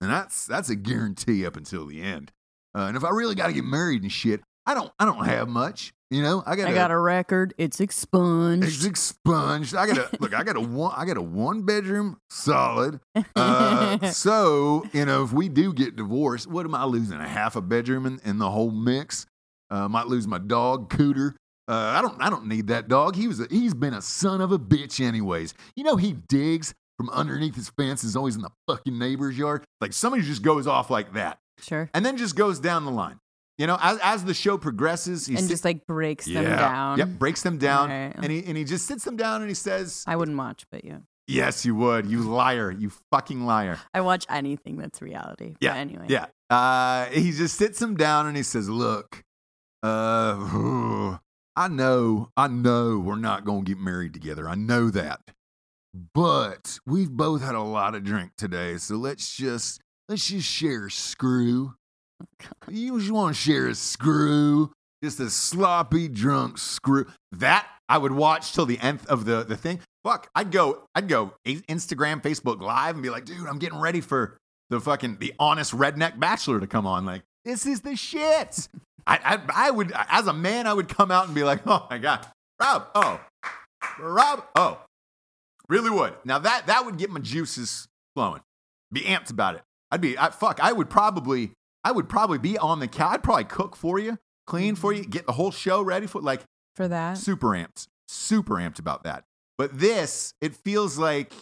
A: and that's that's a guarantee up until the end. Uh, and if I really got to get married and shit, I don't I don't have much. You know, I got
C: I got a record. It's expunged.
A: it's expunged. I got a look. I got a one. I got a one bedroom solid. Uh, so you know, if we do get divorced, what am I losing? A half a bedroom in, in the whole mix. Uh, might lose my dog Cooter. Uh, I don't. I don't need that dog. He was. A, he's been a son of a bitch, anyways. You know, he digs from underneath his fence. Is always in the fucking neighbor's yard. Like somebody just goes off like that,
C: sure.
A: and then just goes down the line. You know, as, as the show progresses, he
C: And
A: sits-
C: just like breaks them
A: Yeah.
C: down.
A: Yep, breaks them down,
C: Alright.
A: and he and he just sits them down and he says,
C: I wouldn't watch, but yeah.
A: "Yes, you would. You liar. You fucking liar."
C: I watch anything that's reality. But anyway.
A: Yeah. Uh, he just sits him down and he says, Look, uh, I know, I know we're not going to get married together. I know that. But we've both had a lot of drink today. So let's just, let's just share a screw. You just want to share a screw, just a sloppy drunk screw. That I would watch till the end of the, the thing. Fuck, I'd go, I'd go I- Instagram, Facebook Live and be like, dude, I'm getting ready for the fucking the honest redneck bachelor to come on. Like, this is the shit. I, I, I would, as a man, I would come out and be like, oh my God, Rob, oh, Rob, oh, really would. Now that, that would get my juices flowing, be amped about it. I'd be, I, fuck, I would probably, I would probably be on the couch. I'd probably cook for you, clean for you, get the whole show ready for like
C: For that.
A: super amped, super amped about that. But this, it feels like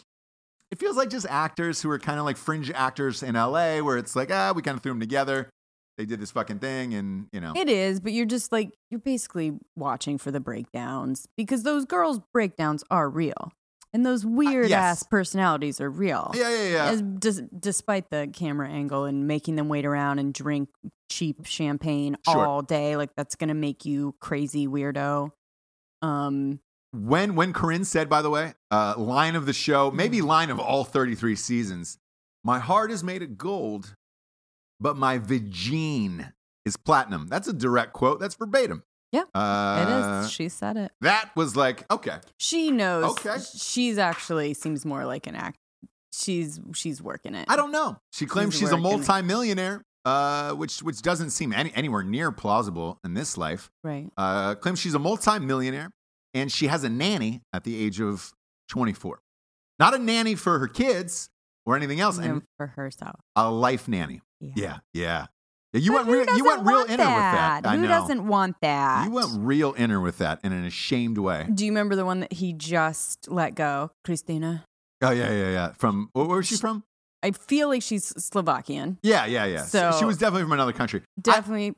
A: it feels like just actors who are kind of like fringe actors in LA, where it's like, ah, we kind of threw them together. They did this fucking thing, and you know,
C: It is, but you're just like you're basically watching for the breakdowns because those girls' breakdowns are real, and those weird
A: Uh, yes.
C: ass personalities are real.
A: yeah, yeah, yeah.
C: As, des- despite the camera angle and making them wait around and drink cheap champagne
A: Sure.
C: all day, like that's gonna make you crazy weirdo. Um,
A: when when Corinne said, by the way, uh, line of the show,
C: Mm-hmm.
A: maybe line of all 33 seasons, my heart is made of gold, but my vagine is platinum. That's a direct quote. That's verbatim.
C: Yeah,
A: Uh,
C: it is. She said it.
A: That was like, okay.
C: She knows.
A: okay.
C: She's actually seems more like an act. She's she's working it.
A: I don't know. She claims
C: She's
A: she's a
C: working it.
A: multimillionaire, uh, which which doesn't seem any, anywhere near plausible in this life.
C: right.
A: Uh, claims she's a multimillionaire, and she has a nanny at the age of 24. Not a nanny for her kids or anything else,
C: No,
A: and
C: for herself.
A: a life nanny.
C: Yeah.
A: Yeah, yeah. yeah you
D: But
A: went
D: who
A: real, you
D: doesn't
A: went real
D: want
A: inner with that. I
D: Who
A: know.
D: doesn't want that?
A: you went real inner with that in an ashamed way.
C: Do you remember the one that he just let go, Christina?
A: Oh yeah, yeah, yeah. From where was she from?
C: I feel like she's Slovakian.
A: Yeah, yeah, yeah. So,
C: So-
A: she was definitely from another country. I-
C: Definitely.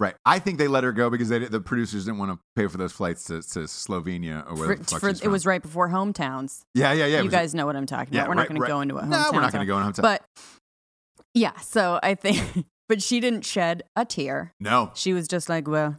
A: Right. I think they let her go because they, the producers didn't want to pay for those flights to, to Slovenia or wherever
C: for,
A: the fuck
C: for-
A: she's
C: it was
A: from.
C: right before hometowns.
A: Yeah, yeah, yeah. it
C: you
A: was-
C: guys know what I'm talking
A: yeah,
C: about. We're
A: right,
C: not going
A: right.
C: to go into a hometown.
A: No, we're not going to
C: to
A: go on. But,
C: But yeah, so I think, but she didn't shed a tear.
A: no.
C: She was just like, well,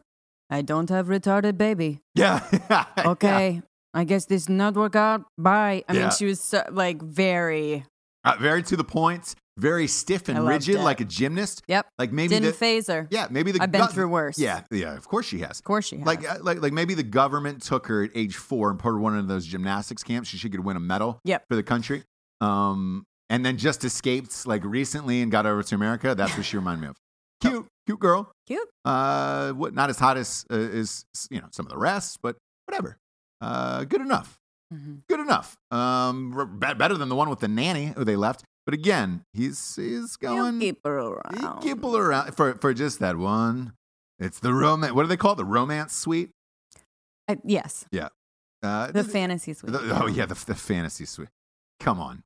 C: I don't have retarded baby.
A: Yeah. Yeah.
C: Okay. I guess this did not work out. Bye. I
A: Yeah.
C: mean, she was so, like very.
A: Uh, very to the point. Very stiff
C: I
A: and
C: loved
A: rigid,
C: it.
A: like a gymnast.
C: Yep.
A: Like maybe
C: Didn't
A: the
C: phase her.
A: yeah, maybe the
C: I've been
A: gov-
C: through worse.
A: Yeah, yeah. Of course she has.
C: Of course she had.
A: Like, uh, like, like maybe the government took her at age four and put her in one of those gymnastics camps. so She could win a medal
C: Yep.
A: for the country. Um, and then just escaped like recently and got over to America. That's what she reminded me of. Cute, cute girl.
C: Cute.
A: Uh, what? Not as hot as uh, as you know some of the rest, but whatever. Uh, good enough.
C: Mhm.
A: Good enough. Um, r- be- better than the one with the nanny who they left. But again, he's he's going.
C: You keep her
A: He
C: around.
A: keep her around for for just that one. It's the romance. What do they call it? The romance suite.
C: I- yes.
A: Uh,
C: The
A: th-
C: fantasy suite.
A: the- oh yeah, the, the fantasy suite. Come on,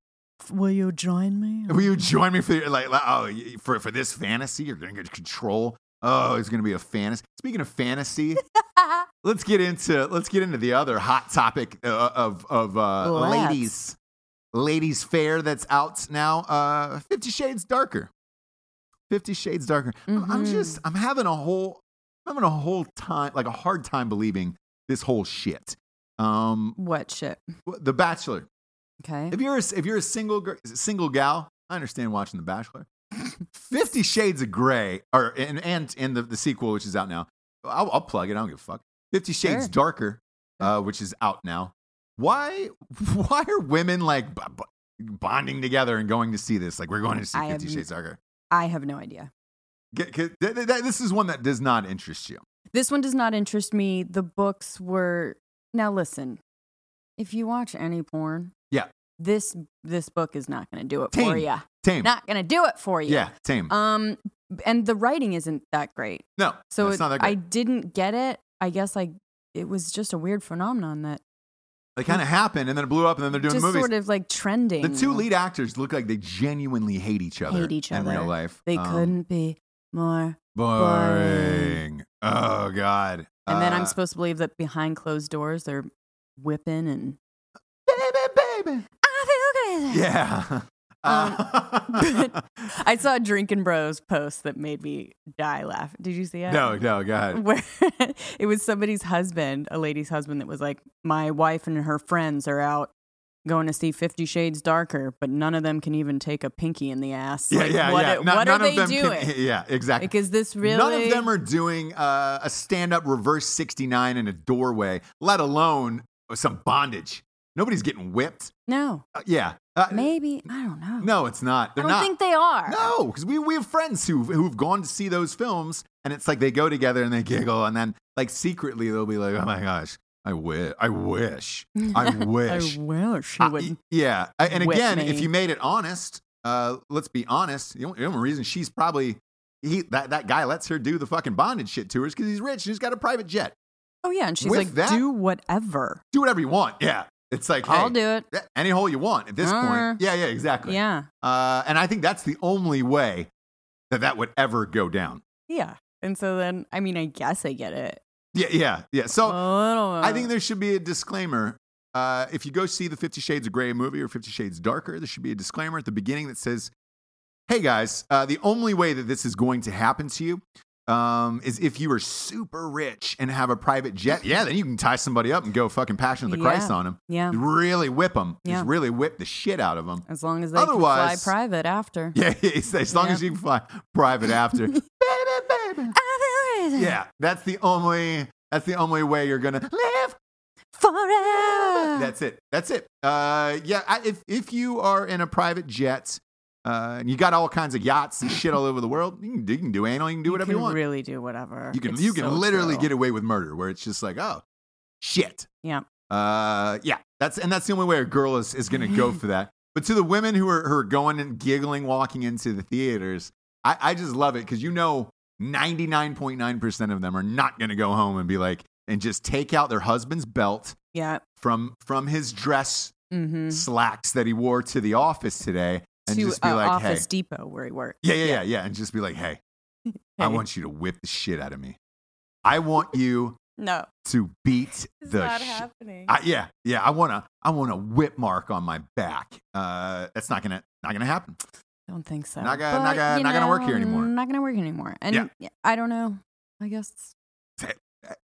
C: Will you join me?
A: will you join me for your- like like, oh y- for for this fantasy? You're gonna get control. Oh, it's gonna be a fantasy. Speaking of fantasy, let's get into let's get into the other hot topic uh, of of uh,
C: Let's.
A: ladies ladies fair that's out now. Uh, Fifty Shades Darker. Fifty Shades Darker. I'm, I'm
C: Mhm.
A: just I'm having a whole I'm having a whole time like a hard time believing this whole shit. Um,
C: What shit?
A: The Bachelor.
C: Okay.
A: If you're a, if you're a single gir- single gal, I understand watching The Bachelor. Fifty Shades of Grey, or and and and the, the sequel which is out now. I'll, I'll plug it. I don't give a fuck. Fifty Shades
C: Sure.
A: Darker, uh, which is out now. Why why are women like b- b- bonding together and going to see this? Like we're going to see
C: I
A: Fifty
C: have-
A: Shades Darker.
C: I have no idea.
A: Get, get- th- th- th- this is one that does not interest you.
C: This one does not interest me. The books were now listen. If you watch any porn,
A: Yeah.
C: this this book is not going to do it
A: Tame.
C: for you.
A: Tame.
C: Not going to do it for you.
A: yeah, tame.
C: Um, and the writing isn't that great.
A: no,
C: So
A: it's
C: it-
A: not that
C: I
A: great.
C: didn't get it. I guess I it was just a weird phenomenon that
A: It kind of happened, and then it blew up, and then they're doing
C: just
A: the movies.
C: sort of like trending.
A: The two lead actors look like they genuinely hate each other.
C: Hate each
A: in
C: other.
A: real life.
C: They
A: Um,
C: couldn't be more.
A: Boring. Oh God.
C: And then
A: Uh,
C: I'm supposed to believe that behind closed doors they're whipping and
A: baby, baby.
C: I feel good.
A: Yeah.
C: Um,
A: Uh,
C: I saw a Drinking Bros post that made me die laugh. Did you see it?
A: no, no, God.
C: Where it was somebody's husband, a lady's husband, that was like, My wife and her friends are out going to see Fifty Shades Darker, but none of them can even take a pinky in the ass.
A: Yeah,
C: Like,
A: yeah,
C: what
A: yeah.
C: are-
A: No-
C: what are
A: none of
C: they
A: them can-
C: doing?
A: yeah, exactly.
C: Like, is this really?
A: None of them are doing uh, a stand-up reverse 69 in a doorway, let alone some bondage. Nobody's getting whipped.
C: No,
A: Uh, yeah. Uh,
C: maybe. I don't know.
A: No, it's not.
D: I
A: They're
D: don't
A: not.
D: think they are.
A: No, because we, we have friends who who've gone to see those films, and it's like they go together and they giggle, and then like secretly they'll be like, "Oh my gosh, I wish, I wish, I wish."
C: I wish she
A: I- e
C: would.
A: yeah, I- and
C: whip
A: again,
C: me.
A: if you made it honest, uh, let's be honest. The only, the only reason she's probably he that, that guy lets her do the fucking bondage shit to her is because he's rich and he's got a private jet.
C: Oh yeah, and she's
A: with
C: like,
A: that-
C: do whatever.
A: Do whatever you want. Yeah, it's like
C: I'll
A: hey,
C: do it.
A: yeah, any hole you want at this
C: Uh,
A: point. Yeah, yeah, exactly.
C: Yeah,
A: Uh, and I think that's the only way that that would ever go down.
C: yeah. And so then, I mean, I guess I get it.
A: Yeah, yeah, yeah. So
C: a little.
A: I think there should be a disclaimer. Uh, if you go see the Fifty Shades of Grey movie or Fifty Shades Darker, there should be a disclaimer at the beginning that says, "Hey guys, uh, the only way that this is going to happen to you um, is if you are super rich and have a private jet. Yeah, then you can tie somebody up and go fucking Passion of the
C: Yeah.
A: Christ on them.
C: yeah.
A: Really whip them.
C: Yeah.
A: Just really whip the shit out of them.
C: As long as they
A: Otherwise-
C: can fly private after.
A: Yeah, it's- as long
C: Yeah.
A: as you can fly private after. baby, baby. Yeah, that's the only. That's the only way you're gonna live
C: Forever.
A: That's it. That's it. Uh, yeah. I, if if you are in a private jet uh, and you got all kinds of yachts and shit all over the world, you can, you can do anal. You can do whatever you,
C: can
A: want.
C: Really do whatever.
A: you can
C: It's
A: you can
C: so
A: literally
C: true.
A: get away with murder, where it's just like, oh, shit.
C: Yeah.
A: Uh, yeah, that's and that's the only way a girl is, is going to go for that. But to the women who are, who are going and giggling, walking into the theaters, I, I just love it because you know 99.9% of them are not going to go home and be like, and just take out their husband's belt
C: Yeah.
A: from from his dress
C: Mm-hmm.
A: slacks that he wore to the office today and
C: to
A: just be
C: uh,
A: like, hey,
C: Office Depot where he worked.
A: yeah, yeah, yeah, yeah, and just be like, hey, I
C: Hey.
A: want you to whip the shit out of me. I want you
C: No,
A: to beat
C: it's
A: the
C: not
A: shit
C: happening.
A: I, yeah, yeah. I wanna, I want a whip mark on my back. Uh, that's not gonna, not gonna happen.
C: don't think so.
A: Not gonna- not gonna-
C: you
A: not gonna work here anymore.
C: Not gonna work anymore.
A: Yeah.
C: And yeah, I don't know. I guess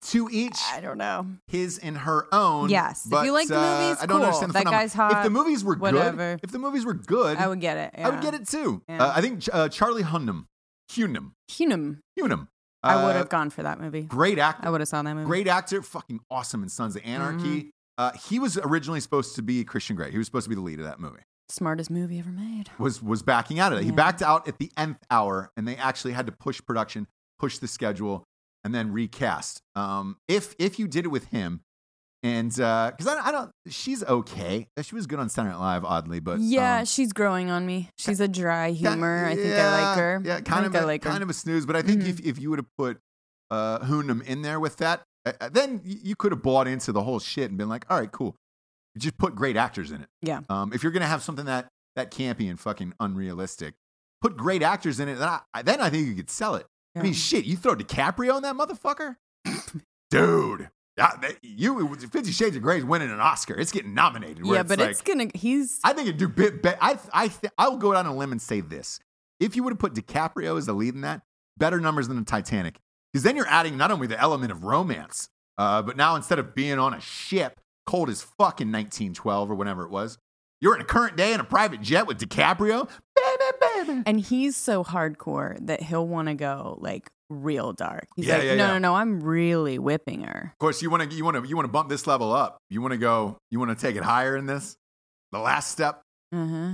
A: To each
C: I don't know.
A: his and her own.
C: Uh, Yes, if
A: but,
C: you like the
A: uh,
C: movies,
A: I don't
C: cool.
A: understand the
C: That
A: phenomenon.
C: guy's hot,
A: If the movies were
C: whatever.
A: good, if the movies were good,
C: I would get it.
A: I would
C: yeah.
A: get it too.
C: Yeah.
A: Uh, I think uh, Charlie Hunnam, Hunnam,
C: Human.
A: Hunnam.
C: I would
A: uh,
C: have gone for that movie.
A: Great actor.
C: I would have saw that movie.
A: Great actor, fucking awesome in Sons of Anarchy.
C: Mm-hmm.
A: Uh, he was originally supposed to be Christian Grey. He was supposed to be the lead of that movie.
C: Smartest movie ever made.
A: was was backing out of it. He
C: Yeah.
A: backed out at the nth hour, and they actually had to push production, push the schedule, and then recast. Um, if if you did it with him, and because I, I don't, she's okay. She was good on Saturday Night Live, oddly, but
C: yeah,
A: um,
C: she's growing on me. She's a dry
A: ki-
C: humor. I think I
A: yeah,
C: like her.
A: Yeah, kind
C: I
A: of
C: think
A: a,
C: I like her.
A: kind of a snooze. But I think
C: Mhm.
A: if if you would have put uh, Hunnam in there with that, uh, uh, then y- you could have bought into the whole shit and been like, all right, cool. Just put great actors in it.
C: Yeah.
A: Um, if you're gonna have something that that campy and fucking unrealistic, put great actors in it. Then I, I- then I think you could sell it. I
C: Yeah.
A: mean, shit, you throw DiCaprio in that motherfucker, dude. yeah, that- you Fifty Shades of Grey is winning an Oscar. It's getting nominated. where
C: yeah, but
A: like-
C: it's gonna. He's
A: I think it'd do bit better. I I th- I will go down on a limb and say this: if you would have put DiCaprio as the lead in that, better numbers than the Titanic, because then you're adding not only the element of romance, uh, but now instead of being on a ship cold as fuck in 1912 or whenever it was, you're in a current day in a private jet with DiCaprio. Baby, baby.
C: and he's so hardcore that he'll want to go like real dark. He's
A: Yeah,
C: like,
A: yeah,
C: no,
A: yeah.
C: no, no, I'm really whipping her.
A: Of course, you want to you want to you want to bump this level up. You want to go. You want to take it higher in this. The last step.
C: Uh huh.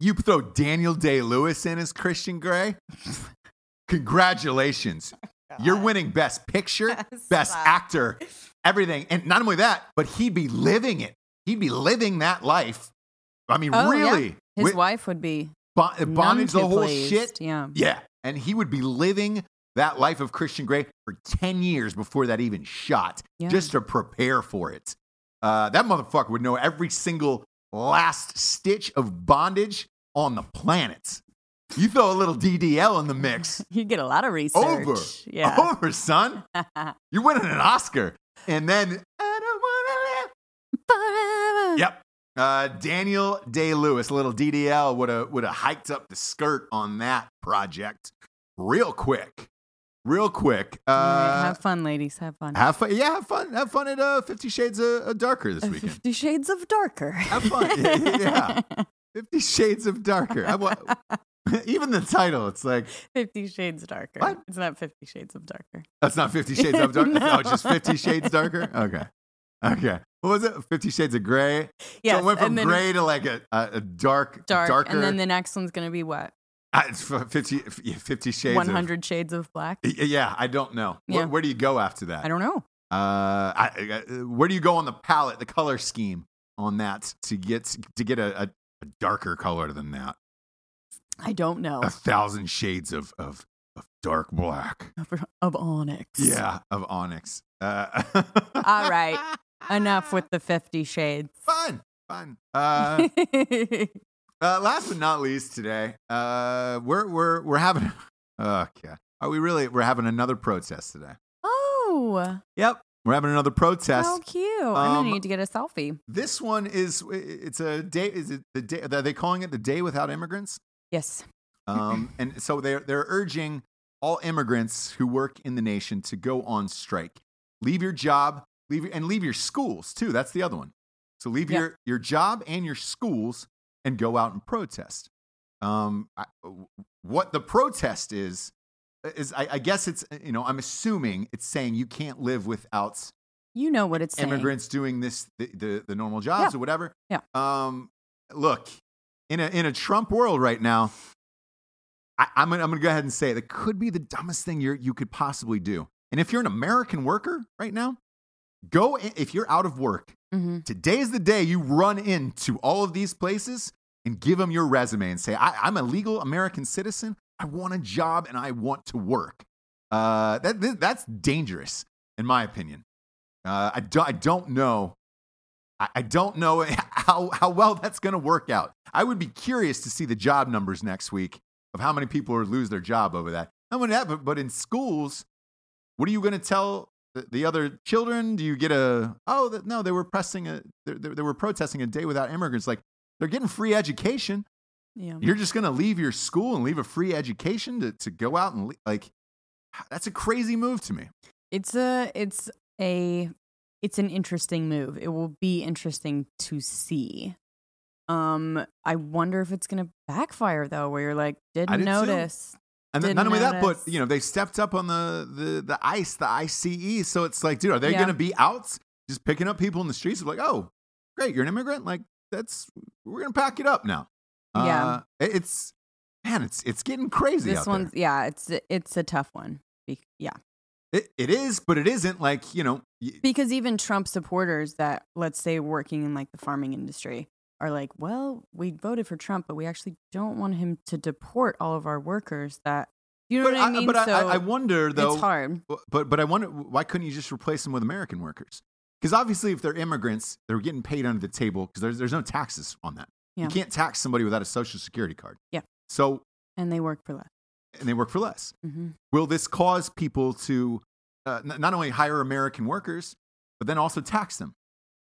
A: You throw Daniel Day Lewis in as Christian Gray. Congratulations. You're winning Best Picture, Best
D: Stop.
A: Actor, everything. And not only that, but he'd be living it. He'd be living that life. I mean,
C: Oh, yeah.
A: really.
C: His
A: With
C: wife would be
A: bo-
C: none
A: bondage
C: too
A: the whole
C: pleased.
A: shit.
C: Yeah.
A: Yeah. And he would be living that life of Christian Gray for 10 years before that even shot,
C: Yeah.
A: just to prepare for it. Uh, that motherfucker would know every single last stitch of bondage on the planet. You throw a little DDL in the mix.
C: He'd get a lot of research.
A: Over. Oh.
C: Yeah.
A: Over, son. You're winning an Oscar. And then, I don't want to live
C: Forever.
A: Yep. Uh, Daniel Day Lewis, little DDL, would have would have hiked up the skirt on that project real quick, real quick.
C: All right,
A: Uh,
C: have fun, ladies. Have fun.
A: have fun, yeah, have fun, have fun at uh, Fifty Shades of, of Darker this weekend.
C: Fifty Shades of Darker.
A: Have fun, yeah, yeah. Fifty Shades of Darker. I, wa- even the title, it's like
C: Fifty Shades Darker.
A: What?
C: It's not Fifty Shades of Darker.
A: that's not Fifty Shades of Darker.
C: No.
A: Oh, just Fifty Shades Darker. Okay, okay. What was it? Fifty Shades of Gray.
C: Yes,
A: so it went from
C: and then
A: gray to like a, a, a dark,
C: dark,
A: darker.
C: and then the next one's gonna be what?
A: Uh, it's f- 50, f- yeah, 50 Shades. of-
C: One Hundred Shades of Black.
A: Y- yeah, I don't know.
C: Yeah.
A: Where, where do you go after that?
C: I don't know.
A: Uh, I, I, where do you go on the palette, the color scheme on that to get to get a, a, a darker color than that?
C: I don't know.
A: A thousand shades of of, of dark black.
C: Of, of Onyx.
A: Yeah, of onyx. Uh,
C: All right. Enough with the Fifty Shades.
A: Fun, fun. Uh, Uh, last but not least, today uh, we're we're we're having. Oh god, are we really? We're having another protest today.
C: oh,
A: Yep, we're having another protest.
C: how cute!
A: Um,
C: I'm gonna need to get a selfie.
A: This one is it's a day. Is it the day? Are they calling it the day without immigrants?
C: Yes.
A: Um, and so they're they're urging all immigrants who work in the nation to go on strike, leave your job, leave your- and leave your schools too. That's the other one. So leave
C: Yeah.
A: your your job and your schools and go out and protest. Um, I, what the protest is is I, I guess it's you know I'm assuming it's saying you can't live without
C: You know what it's saying.
A: immigrants doing this the, the, the normal jobs or whatever.
C: Yeah.
A: Um, look, in a in a Trump world right now, I, I'm gonna I'm gonna go ahead and say that could be the dumbest thing you you could possibly do. And if you're an American worker right now, Go in, if you're out of work.
C: Mhm.
A: Today is the day you run into all of these places and give them your resume and say, I, "I'm a legal American citizen. I want a job and I want to work." Uh, that, that- that's dangerous, in my opinion. Uh, I, do, I don't know. I, I don't know how, how well that's going to work out. I would be curious to see the job numbers next week of how many people would lose their job over that. Not only that, but, but in schools, what are you going to tell the, the other children? Do you get a, oh, th- no, they were pressing a, they, they, they were protesting a day without immigrants. Like, they're getting free education.
C: Yeah.
A: You're just going to leave your school and leave a free education to, to go out and, le- like, that's a crazy move to me.
C: It's a it's a it's an interesting move. It will be interesting to see. Um, I wonder if it's gonna backfire though, where you're like, didn't
A: did too.
C: notice.
A: And then
C: Didn't
A: not only that, but
C: notice.
A: you know, they stepped up on the the the ice, the ICE. So it's like, dude, are they
C: Yeah.
A: gonna be out just picking up people in the streets? Like, oh, great, you're an immigrant. Like, that's we're gonna pack it up now.
C: Yeah.
A: Uh, it- it's man, it's it's getting crazy.
C: This
A: out there.
C: one's yeah, it's it's a tough one. Be- yeah,
A: It, it is, but it isn't. Like, you know, y-
C: because even Trump supporters that let's say working in like the farming industry are like, well, we voted for Trump, but we actually don't want him to deport all of our workers. That you know
A: but
C: what I, mean?
A: but
C: so
A: I, I wonder though.
C: it's hard.
A: But but I wonder why couldn't you just replace them with American workers? Because obviously, if they're immigrants, they're getting paid under the table because there's there's no taxes on that.
C: Yeah.
A: You can't tax somebody without a social security card.
C: Yeah.
A: So
C: and they work for less.
A: and they work for less.
C: hmm
A: Will this cause people to uh, n- not only hire American workers, but then also tax them?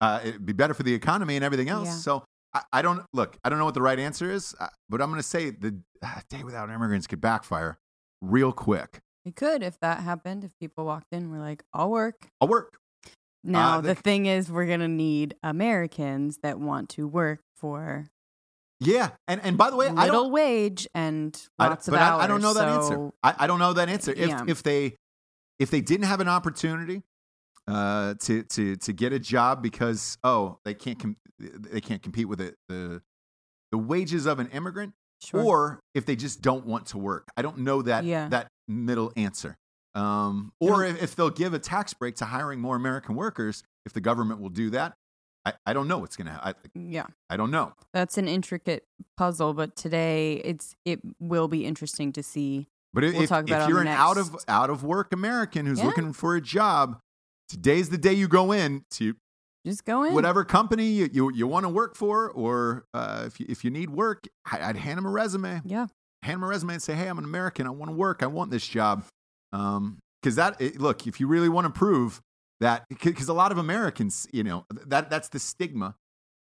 A: Uh, it'd be better for the economy and everything else.
C: Yeah.
A: So I, I don't look. I don't know what the right answer is, uh, but I'm going to say the uh, day without immigrants could backfire real quick.
C: It could if that happened. If people walked in, we're like, I'll work.
A: I'll work.
C: Now
A: Uh,
C: the
A: the-
C: thing is, we're gonna need Americans that want to work for
A: Yeah, and and by the way, I don't
C: little wage and
A: I-
C: lots
A: but
C: of hours.
A: I, I don't know that
C: so-
A: answer. I, I don't know that answer. If
C: Yeah.
A: if they if they didn't have an opportunity uh, to to to get a job because oh they can't com- they can't compete with the the, the wages of an immigrant,
C: Sure.
A: or if they just don't want to work. I don't know that
C: Yeah.
A: that middle answer. Um, or if, if they'll give a tax break to hiring more American workers, if the government will do that, I, I don't know what's going to happen.
C: yeah.
A: I don't know.
C: That's an intricate puzzle, but today it's it will be interesting to see.
A: But if,
C: We'll
A: if-
C: talk about it
A: if
C: on
A: you're
C: the
A: an
C: next-
A: out of out of work American who's
C: Yeah.
A: looking for a job, today's the day you go in to
C: Just go in.
A: whatever company you, you, you want to work for, or uh, if you, if you need work, I, I'd hand them a resume,
C: Yeah.
A: hand them a resume, and say, "Hey, I'm an American. I want to work. I want this job." Because that it- look, if you really want to prove that, because a lot of Americans, you know, that that's the stigma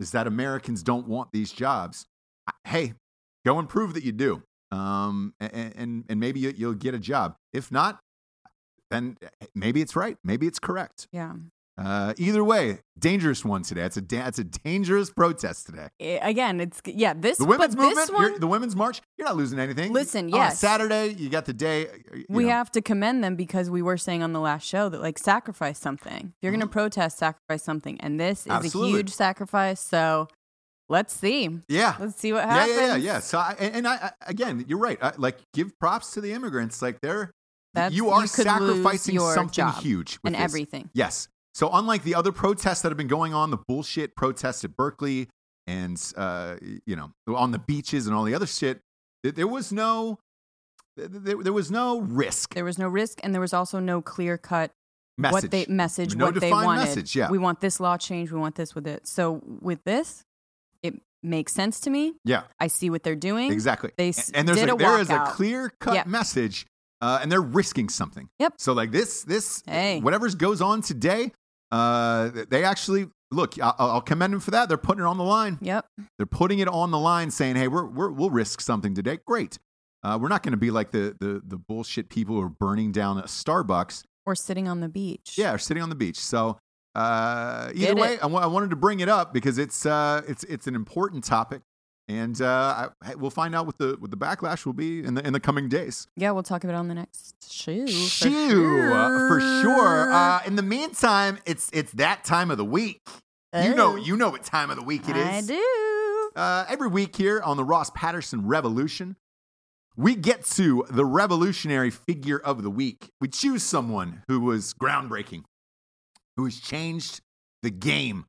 A: is that Americans don't want these jobs. Hey, go and prove that you do. Um, a- a- and, and, maybe you- you'll get a job. If not, then eh, maybe it's right. Maybe it's correct.
C: Yeah.
A: Uh, either way, dangerous one today. It's a, da- it's a dangerous protest today.
C: I- Eh, again, it's yeah. This
A: The women's
C: but
A: movement,
C: This one,
A: you're, the women's march, you're not losing anything.
C: Listen,
A: On a
C: yes.
A: Saturday, you got the day. you
C: we
A: know.
C: have to commend them because we were saying on the last show that like sacrifice something. If you're going to protest, sacrifice something, and this is
A: Mm-hmm. Absolutely.
C: a huge sacrifice. So let's see.
A: Yeah.
C: Let's see what
A: Yeah,
C: happens.
A: yeah, yeah, yeah. So, I, and, and I, I, again, you're right. I, like, give props to the immigrants. Like, they're
C: That's-
A: you are
C: you could lose
A: sacrificing
C: your
A: something
C: job
A: huge with
C: and
A: this.
C: everything.
A: Yes. So unlike the other protests that have been going on, the bullshit protests at Berkeley and uh, you know on the beaches and all the other shit, th- there was no th- th- there, there was no risk
C: There was no risk, and there was also no clear cut
A: message.
C: what they message,
A: No
C: what they
A: defined
C: wanted.
A: message, yeah.
C: We want this law change. We want this with it. So with this, it makes sense to me.
A: yeah,
C: I see what they're doing.
A: exactly.
C: They
A: A-
C: s-
A: and there's
C: did
A: a,
C: a
A: there is a
C: walkout.
A: clear cut
C: Yep.
A: message, uh, and they're risking something.
C: Yep.
A: So like this this
C: Hey.
A: whatever goes on today, uh, they actually look. I- I'll commend them for that. They're putting it on the line.
C: Yep.
A: They're putting it on the line, saying, "Hey, we're, we're we'll risk something today. Great. Uh, we're not going to be like the, the the bullshit people who are burning down a Starbucks.
C: Or sitting on the beach.
A: Yeah, or sitting on the beach. So uh, either
C: Get
A: way,
C: it.
A: I wa- I wanted to bring it up because it's uh, it's it's an important topic, and uh, I, hey, we'll find out what the what the backlash will be in the in the coming days.
C: Yeah, we'll talk about it on the next shoe. for
A: Shoo, uh, for sure. Uh, in the meantime, it's it's that time of the week. You know,
C: Oh.
A: you know what time of the week it is.
C: I do.
A: Uh, every week here on the Ross Patterson Revolution, we get to the revolutionary figure of the week. We choose someone who was groundbreaking, who has changed the game,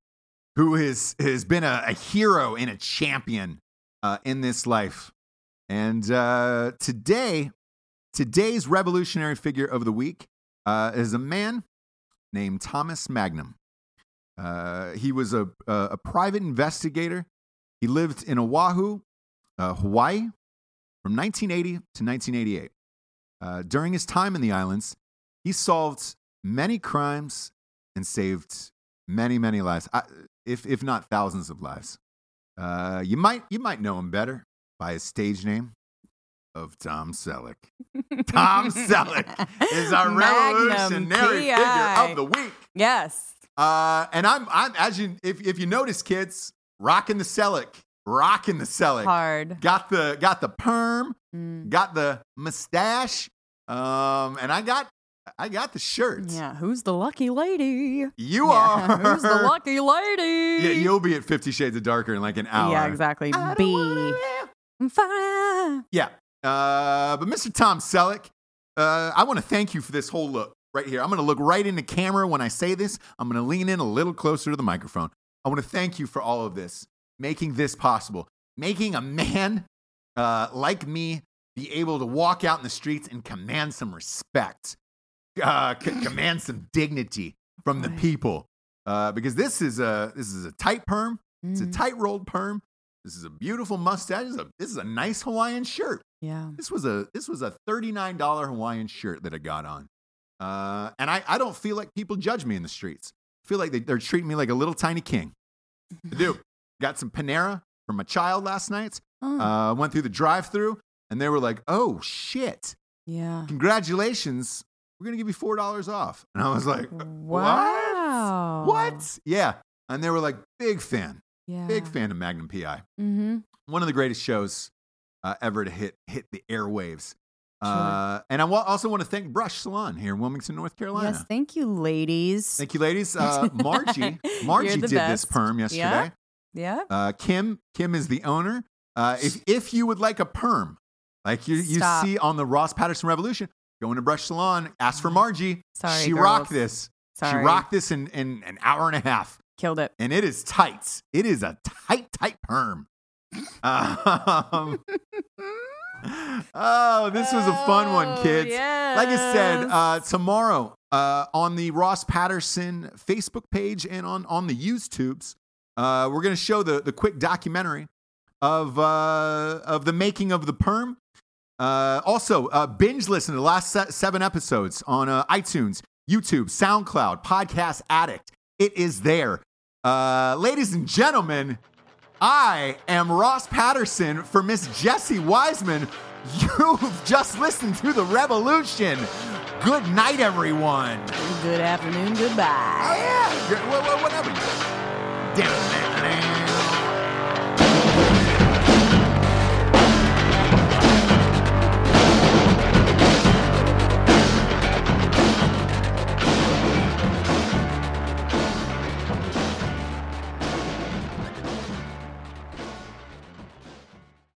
A: who has, has been a, a hero and a champion uh, in this life. And uh, today, today's revolutionary figure of the week uh, is a man named Thomas Magnum. Uh, he was a, a, a private investigator. He lived in Oahu, uh, Hawaii, from 1980 to 1988. Uh, during his time in the islands, he solved many crimes and saved many, many lives, I, if, if not thousands of lives. Uh, you, might, you might know him better by his stage name of Tom Selleck. Tom Selleck is our
C: Magnum
A: revolutionary
C: PI.
A: figure of the week.
C: Yes.
A: Uh, and I'm, I'm as you if if you notice, kids, rocking the Selleck, rocking the Selleck.
C: Hard.
A: Got the got the perm,
C: Mm.
A: got the mustache, um, and I got I got the shirts.
C: Yeah. Who's the lucky lady?
A: You
C: Yeah,
A: are.
C: Who's the lucky lady?
A: Yeah, you'll be at Fifty Shades of Darker in like an hour.
C: Yeah, exactly.
A: I don't wanna
C: B.
A: live
C: Fire.
A: Yeah. Uh, but Mr. Tom Selleck, uh, I want to thank you for this whole look right here. I'm going to look right into camera when I say this. I'm going to lean in a little closer to the microphone. I want to thank you for all of this, making this possible, making a man uh, like me be able to walk out in the streets and command some respect, uh, c- command some dignity from the
C: Right.
A: people. Uh, because this is a this is a tight perm, it's a
C: Mm.
A: tight rolled perm. This is a beautiful mustache. This is a, this is a nice Hawaiian shirt.
C: Yeah.
A: This was a this was a thirty nine dollar Hawaiian shirt that I got on, uh, and I, I don't feel like people judge me in the streets. I feel like they, they're treating me like a little tiny king. I do. got some Panera from my child last night.
C: Oh,
A: Uh, went through the drive through, and they were like, "Oh shit!
C: yeah.
A: Congratulations, we're gonna give you four dollars off." And I was like,
C: Wow.
A: "What? Yeah." And they were like, "Big fan,
C: Yeah.
A: big fan of Magnum PI."
C: Mm-hmm.
A: one of the greatest shows uh, ever to hit hit the airwaves. Uh, and I wa- also want to thank Brush Salon here in Wilmington, North Carolina.
C: Yes. Thank you, ladies.
A: Thank you, ladies. Uh, Margie, Margie
C: You're the
A: did this
C: best.
A: perm yesterday.
C: Yeah. yeah.
A: Uh, Kim, Kim is the owner. Uh, if if you would like a perm, like you you
C: Stop.
A: see on the Ross Patterson Revolution, go into Brush Salon, ask for Margie.
C: Mm. Sorry,
A: she
C: girls.
A: rocked this.
C: Sorry.
A: She rocked this in, in an hour and a half
C: Killed it.
A: and it is tight. It is a tight, tight perm. Um, oh, this was a fun
C: Oh,
A: one, kids. Like I said, uh, tomorrow uh, on the Ross Patterson Facebook page and on, on the YouTubes, uh, we're going to show the, the quick documentary of, uh, of the making of the perm. Uh, also, uh, binge listen to the last se- seven episodes on uh, iTunes, YouTube, SoundCloud, Podcast Addict. It is there. Uh, ladies and gentlemen, I am Ross Patterson for Miss Jessie Wiseman. You've just listened to The Revolution. Good night, everyone.
C: Good afternoon. Goodbye.
A: Oh, yeah. Wh- wh- Whatever. Damn it, man.